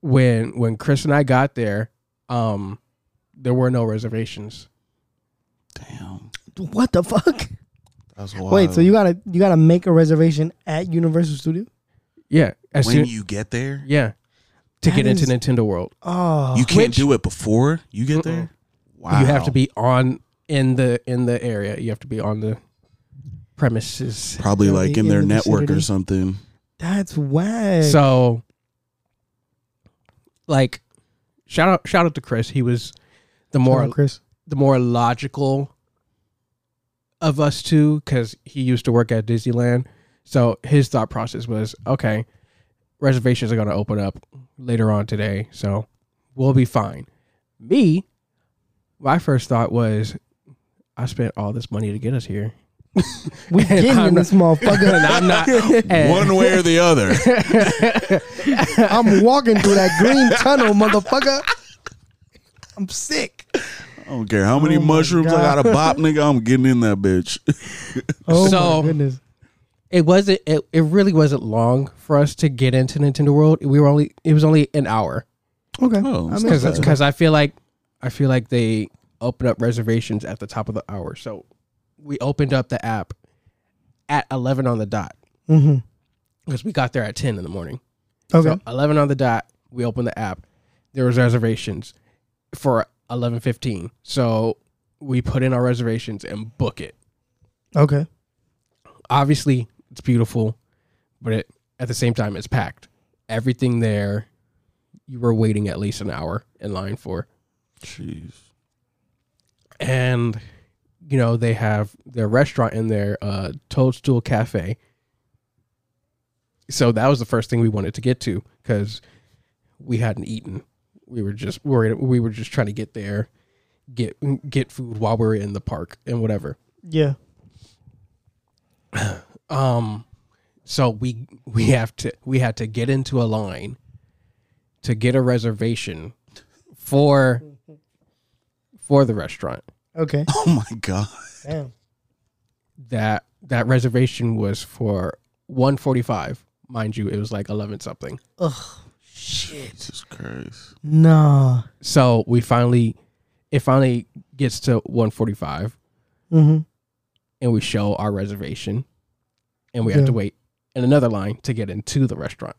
when when Chris and I got there, um, there were no reservations. Damn. What the fuck? That's wild. Wait, so you gotta you gotta make a reservation at Universal Studio? Yeah, as when soon, you get there, yeah, to That get into is- Nintendo World, Oh, you can't which- do it before you get Mm-mm. there. Wow. you have to be on in the in the area. You have to be on the premises. probably Gotta like be in in their the network or vicinity. something. that's whack. So, like, shout out shout out to Chris. He was the more Sorry, Chris. the more logical of us two because he used to work at Disneyland. So his thought process was okay, reservations are going to open up later on today. So we'll be fine. Me, my first thought was I spent all this money to get us here. We getting I'm in this motherfucker. And I'm not. and- One way or the other. I'm walking through that green tunnel, motherfucker. I'm sick. I don't care how many Oh my mushrooms I God. got to bop, nigga. I'm getting in that bitch. Oh So- my goodness. it wasn't it, it really wasn't long for us to get into nintendo world we were only it was only an hour Okay. Oh, I it's mean, because Okay. i feel like i feel like they open up reservations at the top of the hour so we opened up the app at 11 on the dot Mhm. because we got there at 10 in the morning Okay. so 11 on the dot we opened the app there was reservations for 11.15 so we put in our reservations and book it okay. obviously it's beautiful, but it, at the same time it's packed. Everything there, you were waiting at least an hour in line for, Jeez. and you know they have their restaurant in there, uh, Toadstool Cafe. So that was the first thing we wanted to get to because we hadn't eaten. We were just worried. We were just trying to get there, get get food while we were in the park and whatever. Yeah. Um, so we we have to we had to get into a line to get a reservation for for the restaurant. Okay. Oh my god. Damn. That that reservation was for one forty five. Mind you, it was like eleven something. Jesus Christ. Nah. So we finally it finally gets to one forty five hmm Mm-hmm. and we show our reservation and we have Yeah. to wait in another line to get into the restaurant.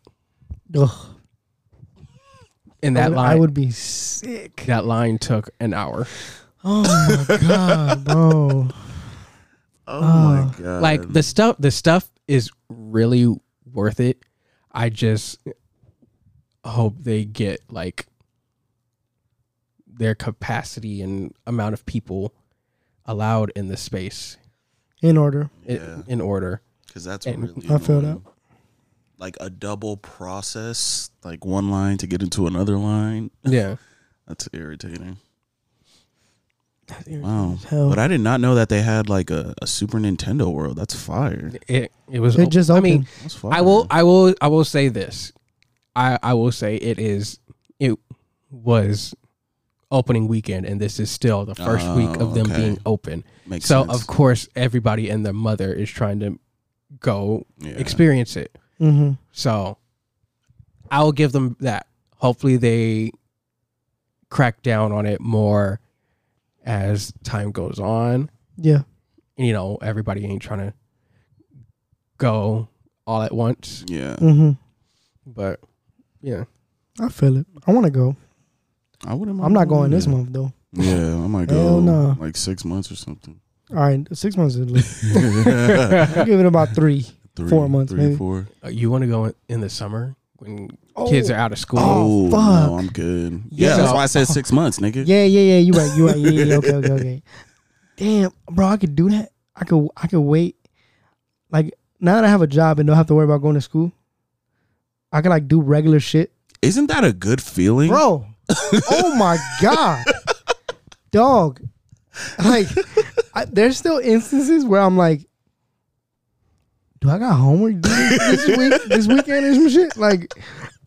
Ugh. And that I, would, I line would be sick. that line took an hour. Oh my god, bro. Oh Uh, my my god. like the stuff the stuff is really worth it i just hope they get like their capacity and amount of people allowed in the space In order. i- Yeah. in order Cuz that's and- really I feel that. annoying. Like a double process, like one line to get into another line. yeah That's irritating. That's irritating Wow. as hell. But I did not know that they had like a, a Super Nintendo World. That's fire. it it was It just i mean opened. That's fire. i will i will i will say this i i will say it is it was opening weekend and this is still the first week Oh, of them okay. being open Makes so sense. of course everybody and their mother is trying to go yeah. experience it mm-hmm. so i'll give them that hopefully they crack down on it more as time goes on Yeah. you know everybody ain't trying to go all at once Yeah. hmm but yeah I feel it. I wanna go. I wouldn't I'm not going this month. month though. Yeah, I might go Hell no. like six months or something. All right, six months at least. three, I'll give it about three. Four months, three, maybe. four. Uh, you want to go in- in the summer when kids are out of school Oh, no, fuck. I'm good. Yeah, that's Yeah. why I said six months, nigga. Yeah, yeah, yeah. You right. You right. Yeah, yeah, yeah. Okay, okay, okay. Damn, bro, I could do that. I could. I could wait. Like now that I have a job and don't have to worry about going to school, I could like do regular shit, Isn't that a good feeling, bro. oh my god, dog. Like, I, there's still instances where I'm like, do I got homework due this week? This weekend or some shit? Like,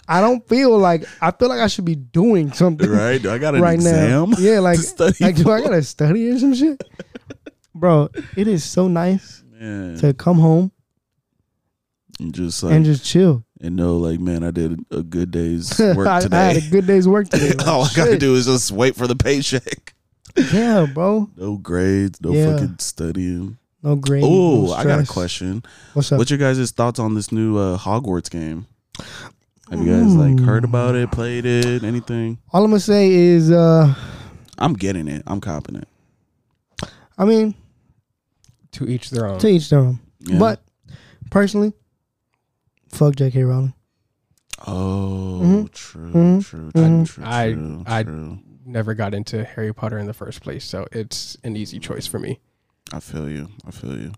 I don't feel like I feel like I should be doing something Right? I got an right exam. now. Yeah, like, to study like do I for. gotta study or some shit? Bro, it is so nice Man, to come home and just like and and, just chill. and know like, man, I did a good day's I, work I had today. a good day's work today. Like, All I gotta shit. do is just wait for the paycheck. Yeah, bro. No grades, no Yeah. fucking studying. No grade. Oh, no I got a stress. question. What's up? What's your guys' thoughts on this new uh, Hogwarts game? Have you guys like heard about it, played it, anything? All I'm gonna say is, uh, I'm getting it. I'm copping it. I mean, To each their own. to each their own. Yeah. But personally, fuck J.K. Rowling. oh, Mhm. true, Mhm. true, Mhm. true, I- true, I- true. Never got into Harry Potter in the first place, so it's an easy choice for me. I feel you. I feel you.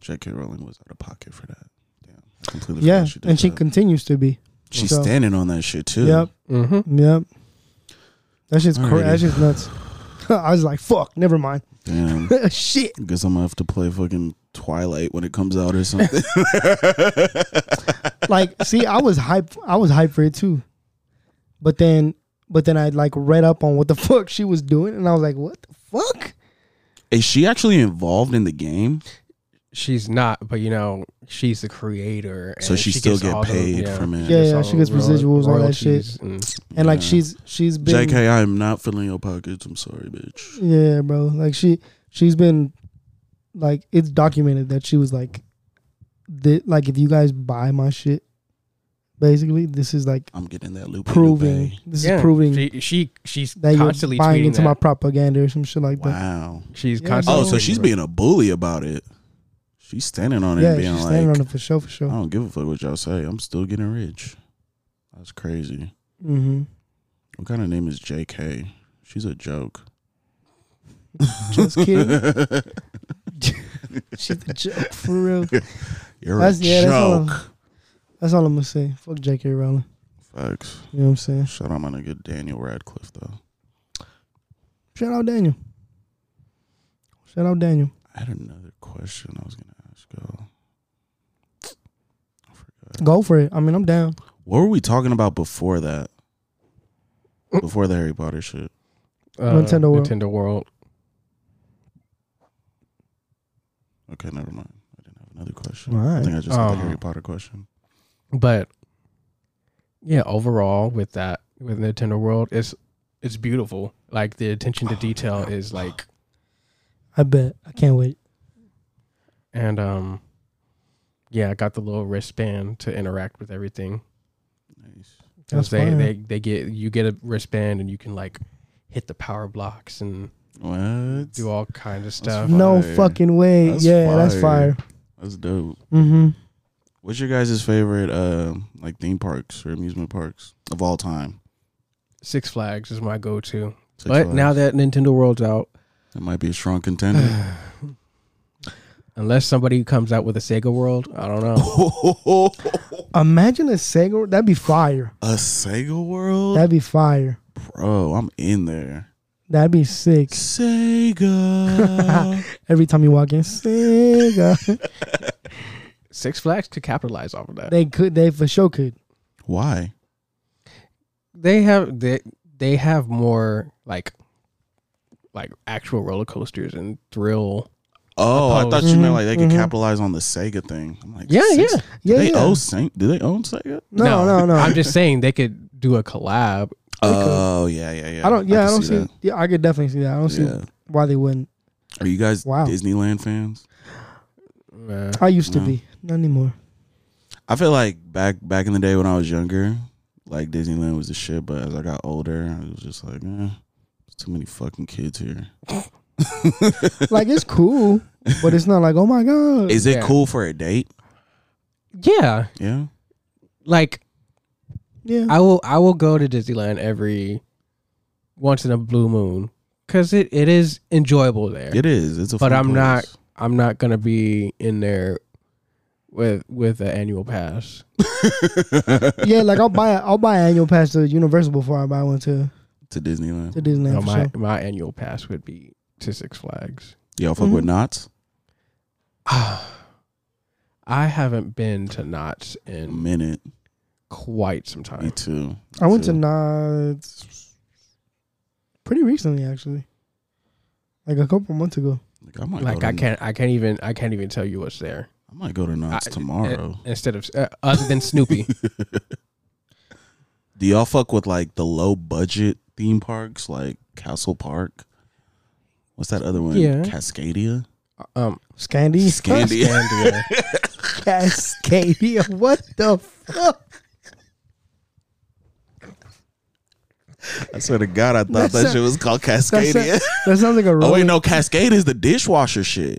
J.K. Rowling was out of pocket for that. Damn, I completely. Yeah, forgot did and she that. continues to be. She's so- standing on that shit too. Yep, Mm-hmm. yep. That shit's cra- Alrighty. that shit's nuts. I was like, fuck, never mind. Damn. Shit. Guess I'm gonna have to play fucking Twilight when it comes out or something. Like, see, I was hyped. I was hyped for it too, but then, but then I like read up on what the fuck she was doing, and I was like, what the fuck? Is she actually involved in the game? She's not, but you know, she's the creator. so she, still gets all get the- paid yeah. from it. Yeah, It's yeah, all she gets royal- residuals, all that shit. royalties and- And like Yeah. she's she's been JK, I am not filling your pockets. I'm sorry, bitch. Yeah, bro. Like she she's been like it's documented that she was like the like if you guys buy my shit, basically this is like I'm getting that loop. proving this Yeah, is proving she, she she's that constantly you're buying tweeting into that. my propaganda or some shit like that. Wow. she's Yeah, constantly. Oh, so she's being a bully about it. She's standing on it Yeah, and being she's standing like, on it for sure, for I sure. don't give a fuck what y'all say. I'm still getting rich. That's crazy. Mm-hmm. What kind of name is JK? She's a joke. Just kidding. she's a joke for real. You're That's- a yeah, that's all I'm- joke. That's all I'm gonna say. Fuck J.K. Rowling. Facts. You know what I'm saying? Shout out my nigga Daniel Radcliffe though. Shout out Daniel. Shout out Daniel. I had another question I was gonna ask y'all. I forgot. Go for it. I mean, I'm down. What were we talking about before that? Before the Harry Potter shit. uh, Nintendo World. Nintendo World. Okay, never mind. I didn't have another question. All I right. think I just had Um, the Harry Potter question. but yeah overall with that with nintendo world it's it's beautiful like the attention to detail is like I bet. I can't wait. and um yeah i got the little wristband to interact with everything Nice. That's 'Cause they, fire. they they get you get a wristband and you can like hit the power blocks and What? do all kinds of That's stuff No fire. fucking way. That's yeah, that's fire. fire. That's dope. Mm-hmm. What's your guys' favorite uh, like theme parks or amusement parks of all time? six flags is my go-to Six but Flags. now that nintendo world's out it might be a strong contender. unless somebody comes out with a sega world i don't know Imagine a Sega. That'd be fire. a Sega World? That'd be fire. Bro, I'm in there. That'd be sick. Sega. Every time you walk in, Sega. six flags could capitalize off of that they could. They for sure could. Why? they have they they have more like like actual roller coasters and thrill. Oh, I thought you Mhm, meant like they could mhm. capitalize on the Sega thing. I'm like, Yeah, six- yeah. Yeah, they yeah. own Saint. Do they own Sega? no, no, no, I'm just saying they could do a collab. Oh yeah, yeah, yeah. I don't. Yeah, I, can don't see. that. yeah, I could definitely see that. I don't see Yeah. why they wouldn't. Are you guys Wow. Disneyland fans? Uh, I used No. to be. Not anymore. I feel like back back in the day when I was younger, like Disneyland was the shit. But as I got older, I was just like, eh, there's too many fucking kids here. Like it's cool, but it's not like oh my god. Is it Yeah. cool for a date? yeah, Yeah. like yeah. I will I will go to Disneyland every once in a blue moon because it, it is enjoyable there. It is. It's a. But fun I'm place. not- I'm not gonna be in there with with an annual pass. yeah, like I'll buy. A, I'll buy an annual pass to Universal before I buy one to to Disneyland. to Disneyland. No, for my sure. my annual pass would be to Six Flags. Y'all fuck Mm-hmm. with knots, I haven't been to Knott's a in minute. quite some time. Me too. I went to too. Nods pretty recently, actually, like a couple months ago. Like I might. go like to I can't I can't even I can't even tell you what's there. I might go to Knott's I- tomorrow. I- instead of uh, other than Snoopy. Do y'all fuck with like the low budget theme parks like Castle Park? What's that other one? Yeah. Cascadia? um, Scandy. Scandia. Scandia. Cascadia. What the fuck? I swear to God, I thought That's that a- shit was called That, sa- Cascadia. that sounds like a Oh wait, roller. no, Cascade is the dishwasher shit.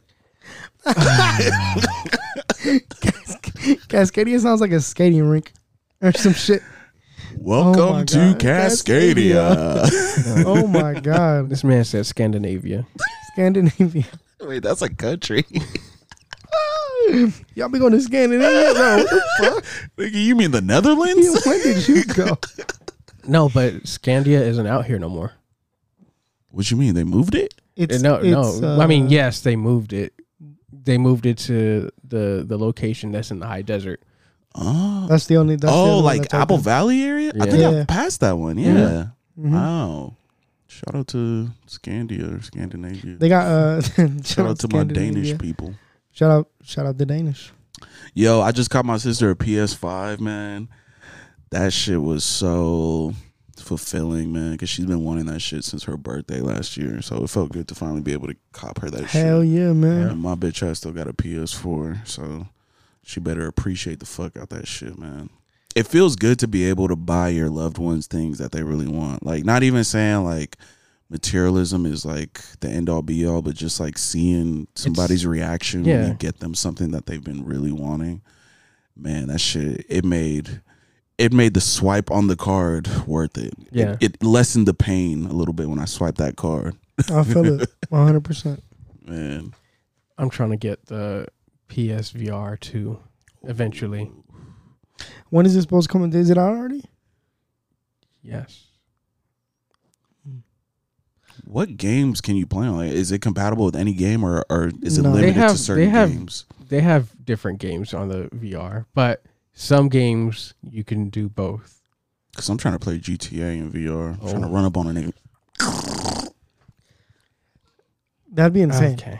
Cascadia sounds like a skating rink or some shit. Welcome my to God. Oh Cascadia. Oh my god, this man said Scandinavia. Scandinavia. wait, that's a country. Y'all be going to Scandinavia, bro? What the fuck? Nigga, you mean the Yeah, Netherlands? When did you go? No, but Scandia isn't out here no more. Eh, what you mean? They moved it? It's no, it's, no. I mean, uh, yes, they moved it. They moved it to the the location that's in the high desert. Oh, That's the only. That's the oh, only like Apple Valley area? I think Yeah. I passed that one. Yeah. Yeah. hmm Wow. Shout out to Scandia or Scandinavia. They got uh. shout, Shout out to my Scandinavia. Danish people. Shout out, shout out the Danish. Yo, I just got my sister a PS5, man. That shit was so fulfilling, man, because she's been wanting that shit since her birthday last year. So it felt good to finally be able to cop her that Hell shit. yeah, man! And my bitch ass still got a PS4, so she better appreciate the fuck out that shit, man. It feels good to be able to buy your loved ones things that they really want. Like, not even saying like materialism is like the end all be all, but just like seeing somebody's reaction when yeah. you get them something that they've been really wanting. Man, that shit it made it made the swipe on the card worth it. It- Yeah. It, lessened the pain a little bit when I swiped that card. I feel it, one hundred percent. Man. I'm trying to get the PSVR two eventually. When is it supposed to come? in? Is it out already? Yes. What games can you play on? Like, is it compatible with any game, or, or is it No. They limited have- to they certain have- games? They have different games on the VR, but some games you can do both. Because I'm trying to play GTA in VR. I'm trying to Oh. run up on a nigga. That'd be insane. Okay.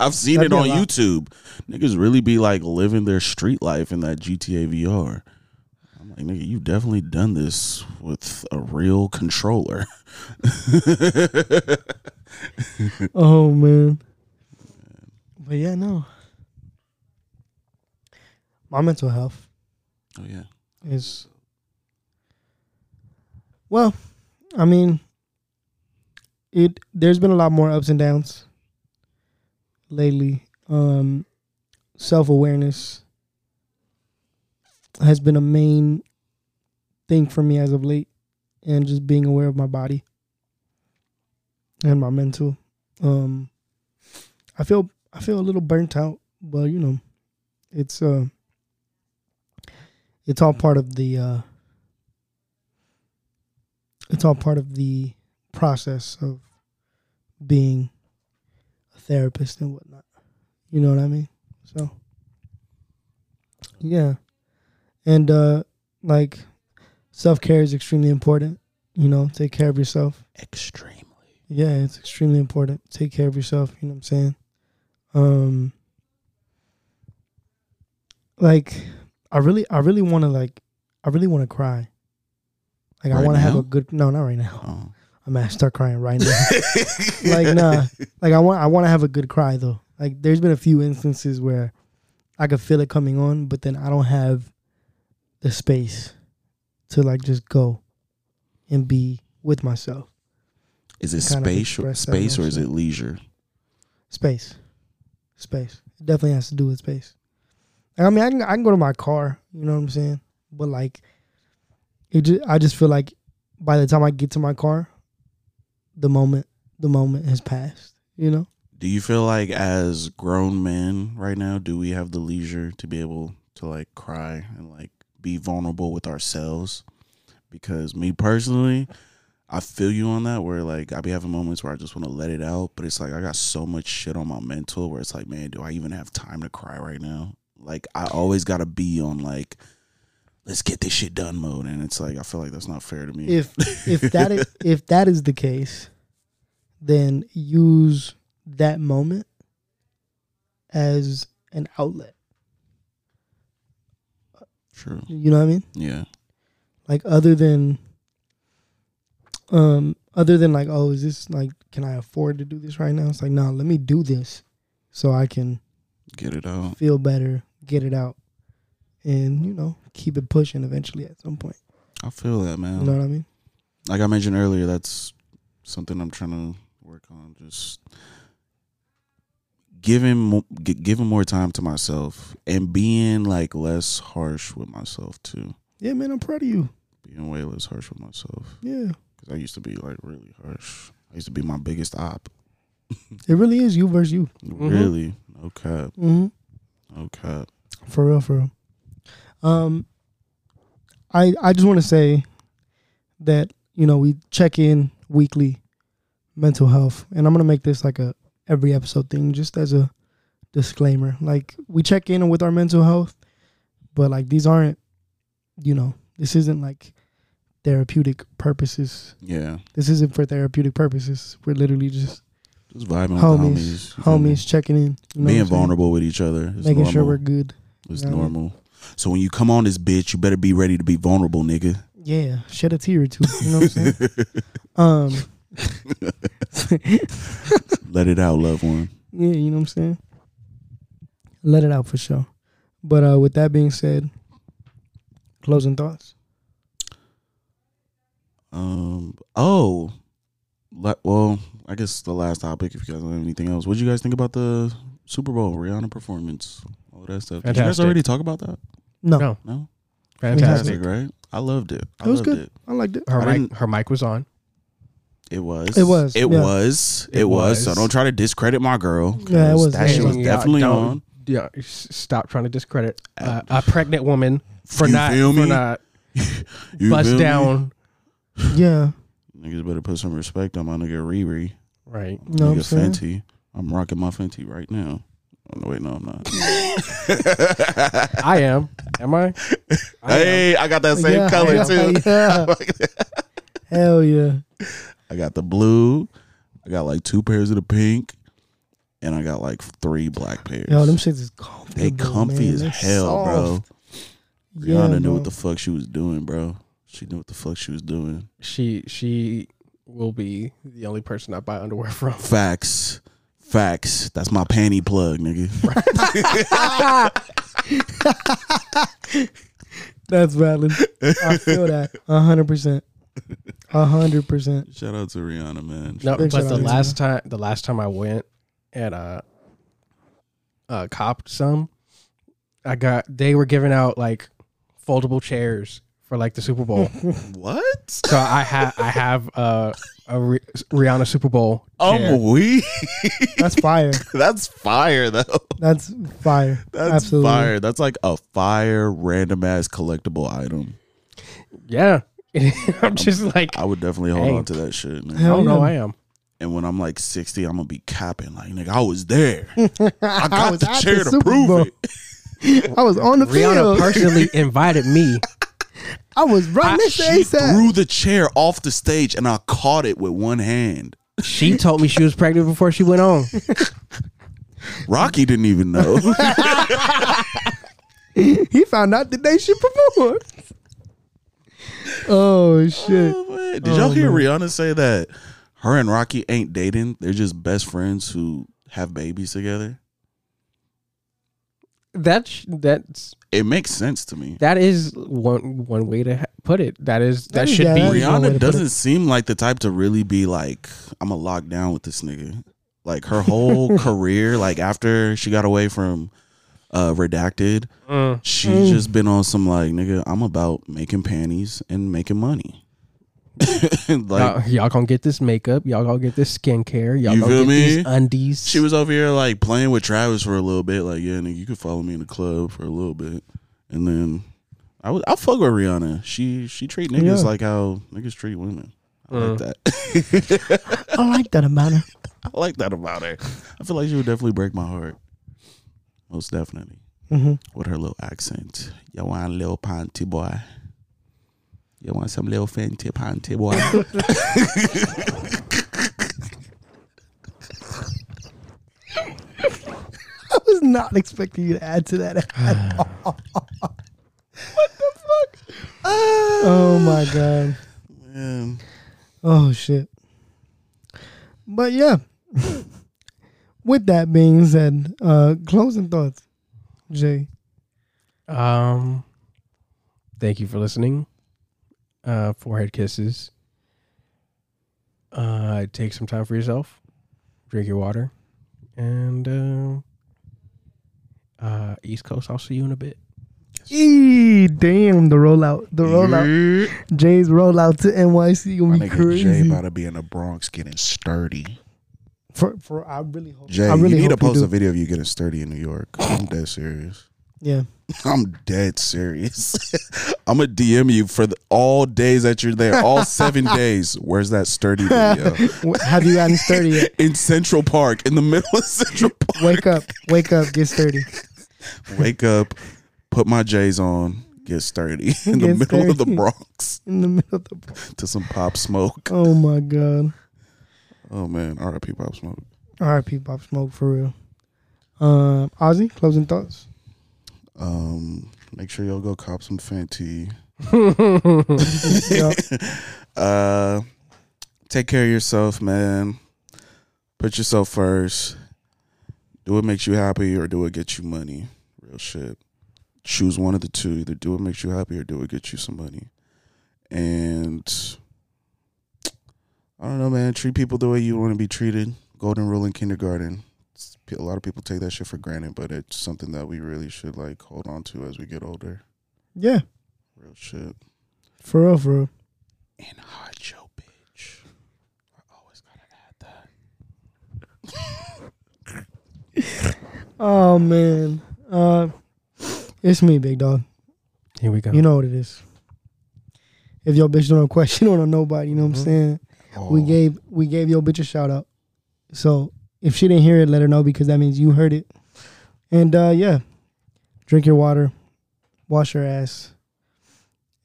I've seen That'd be it a on lot. YouTube. Niggas really be like living their street life in that GTA VR. I'm like, nigga, you definitely done this with a real controller. Oh man. But yeah, no. My mental health Oh yeah, is well, I mean it there's been a lot more ups and downs lately. Um self awareness has been a main thing for me as of late and just being aware of my body and my mental. Um I feel I feel a little burnt out, but you know, it's uh it's all part of the uh it's all part of the process of being a therapist and whatnot. You know what I mean? So yeah. And uh like self care is extremely important. You know, take care of yourself. extremely. Yeah, it's extremely important. Take care of yourself, you know what I'm saying? Um like I really I really want to like I really want to cry. Like I Right want to have now? a good no, not right now. Oh. I'm gonna start crying right now. like nah. Like I want I want to have a good cry though. Like there's been a few instances where I could feel it coming on, but then I don't have the space to like just go and be with myself. Is it Kind of space, express that space, or is it emotion. leisure? Space. Space. It definitely has to do with space. Like, I mean, I can I can go to my car, you know what I'm saying? But like it just I just feel like by the time I get to my car, the moment the moment has passed, you know? Do you feel like as grown men right now, do we have the leisure to be able to like cry and like be vulnerable with ourselves? Because me personally, I feel you on that where like I be having moments where I just want to let it out, but it's like I got so much shit on my mental where it's like, man, do I even have time to cry right now? Like I always gotta be on like let's get this shit done mode. And it's like I feel like that's not fair to me. If if that is if that is the case, then use that moment as an outlet. True. You know what I mean? Yeah. Like other than um other than like, oh, is this like can I afford to do this right now? It's like, no, let me do this so I can Get it out. feel better, get it out, and you know, keep it pushing eventually at some point. I feel that, man. You know what I mean? Like I mentioned earlier, that's something I'm trying to work on. Just giving mo- gi- giving more time to myself and being like less harsh with myself too. Yeah, man, I'm proud of you. Being way less harsh with myself Yeah. because I used to be like really harsh. I used to be my biggest op. It really is you versus you. Really, no cap, Mm-hmm. no cap. For real, for real. Um, I I just want to say that you know we check in weekly, mental health, and I'm gonna make this like a every episode thing, just as a disclaimer. Like we check in with our mental health, but like these aren't, you know, this isn't like therapeutic purposes. Yeah, This isn't for therapeutic purposes. We're literally just just vibing Homies, with the homies, you feel me? homies checking in, you know what being I'm saying? vulnerable with each other, is making normal. sure we're good. It's Yeah. normal. So when you come on this bitch, you better be ready to be vulnerable, nigga. Yeah, shed a tear or two. You know what I'm saying? Um, Let it out, loved one. yeah, you know what I'm saying? Let it out for sure. But uh, with that being said, closing thoughts. Um. Oh. Li- Well, I guess the last topic. If you guys don't have anything else, what would you guys think about the Super Bowl Rihanna performance? All that stuff. Did you guys Fantastic. already talk about that? No, No. No. Fantastic. right? I loved it. I It was loved good. It. I liked it. Her I mic, didn't- her mic was on. It was. It was, It yeah. was. It, It was. was. So don't try to discredit my girl. Yeah, it 'cause was, That yeah. shit was Yeah, definitely don't- on. Yeah, s- stop trying to discredit uh, a pregnant woman for You not feel for me? not You feel bust me? down. Yeah, Niggas better put some respect on my nigga Riri. Right. Know what I'm nigga saying? Fenty. I'm rocking my Fenty right now. Oh, no, wait, no, I'm not. I am. Am I? I am. hey, I got that same yeah, color yeah, too. yeah. Hell yeah! I got the blue. I got like two pairs of the pink, and I got like three black pairs. Yo, them shits is comfy. they comfy as hell, bro. Rihanna knew what the fuck she was doing, bro. She knew what the fuck she was doing. She she will be the only person I buy underwear from. Facts, facts. That's my panty plug, nigga. That's valid. I feel that a hundred percent. A hundred percent. Shout out to Rihanna, man. No, Big but shout the out to last time the last time I went and uh uh copped some, I got they were giving out like foldable chairs for like the Super Bowl. What? so I have I have uh, a Ri- Rihanna Super Bowl. I'm chair. weak. That's fire. That's fire, though. That's fire. That's Absolutely. fire. That's like a fire random ass collectible item. Yeah. I'm just like I I would definitely hold Dang. on to that shit. nigga. Hell don't know yeah. I am. And when I'm like 60, I'm gonna be capping. Like, nigga, I was there. I got was the at chair the to Super prove Bowl. it. I was on the Rihanna field. personally invited me. I was right I- next to She ASAP. threw the chair off the stage and I caught it with one hand. She told me she was pregnant before she went on. Rocky didn't even know. He found out the day she performed. Oh shit! Did y'all hear Rihanna say that her and Rocky ain't dating? They're just best friends who have babies together. That's that's It makes sense to me. that is one one way to ha- put it. That is that Yeah, should that be is- one way Rihanna to put doesn't seem like the type to really be like, I'm gonna lock down with this nigga. Like her whole career, like after she got away from uh redacted, Mm. she's just been on some like, nigga, I'm about making panties and making money. like y'all, y'all gonna get this makeup. Y'all gonna get this skincare. Y'all You gonna feel get me? these undies. she was over here like playing with Travis for a little bit, like, yeah, nigga, you could follow me in the club for a little bit. And then I would I fuck with Rihanna. She she treat niggas Yeah. like how niggas treat women. I like that. I like that about her. I like that about her. I feel like she would definitely break my heart. Most definitely. Mm-hmm. With her little accent. You want a little panty boy? You want some little fancy panty boy? I was not expecting you to add to that at all. what Oh, my god. Man. Oh shit. But yeah. With that being said, uh closing thoughts. Jay. Um, thank you for listening. Uh, forehead kisses. Uh, take some time for yourself. Drink your water, and uh, uh, East Coast. I'll see you in a bit. Eee, damn the rollout. The rollout. Jay's rollout to NYC My gonna be nigga Jay crazy. about to be in the Bronx getting sturdy. For for I really hope Jay, I really you need to hope you post a do. video of you getting sturdy in New York. I'm dead serious. Yeah. I'm dead serious. I'm gonna DM you for the, all days that you're there, all seven days. Where's that sturdy video? Wh- Have you gotten sturdy yet? in Central Park, in the middle of Central Park. Wake up, wake up, get sturdy. Wake up, put my J's on, get sturdy in the Get middle of the sturdy. Bronx In the middle of the to some pop smoke. Oh my god. Oh man, RIP pop smoke. R.I.P. Pop Smoke for real. Um, Ozzy, closing thoughts. Um, make sure y'all go cop some Fenty. Yeah. Uh, take care of yourself, man. Put yourself first. Do what makes you happy or do what gets you money. Real shit. Choose one of the two. Either do what makes you happy or do what gets you some money. And I don't know, man. Treat people the way you want to be treated. Golden rule in kindergarten. It's- A lot of people take that shit for granted, but it's something that we really should like hold on to as we get older. yeah, Real shit. for real, for real. And hard show, bitch. I always gotta add that. Oh man, uh, it's me, big dog. Here we go. You know what it is. If your bitch don't know a question, don't know nobody. You know what I'm saying? Oh. We gave we gave your bitch a shout out. So if she didn't hear it, let her know because that means you heard it. And uh, yeah, drink your water, wash your ass,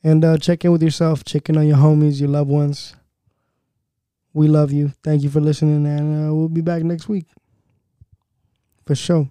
and uh, check in with yourself. Check in on your homies, your loved ones. We love you. Thank you for listening, and uh, we'll be back next week for sure.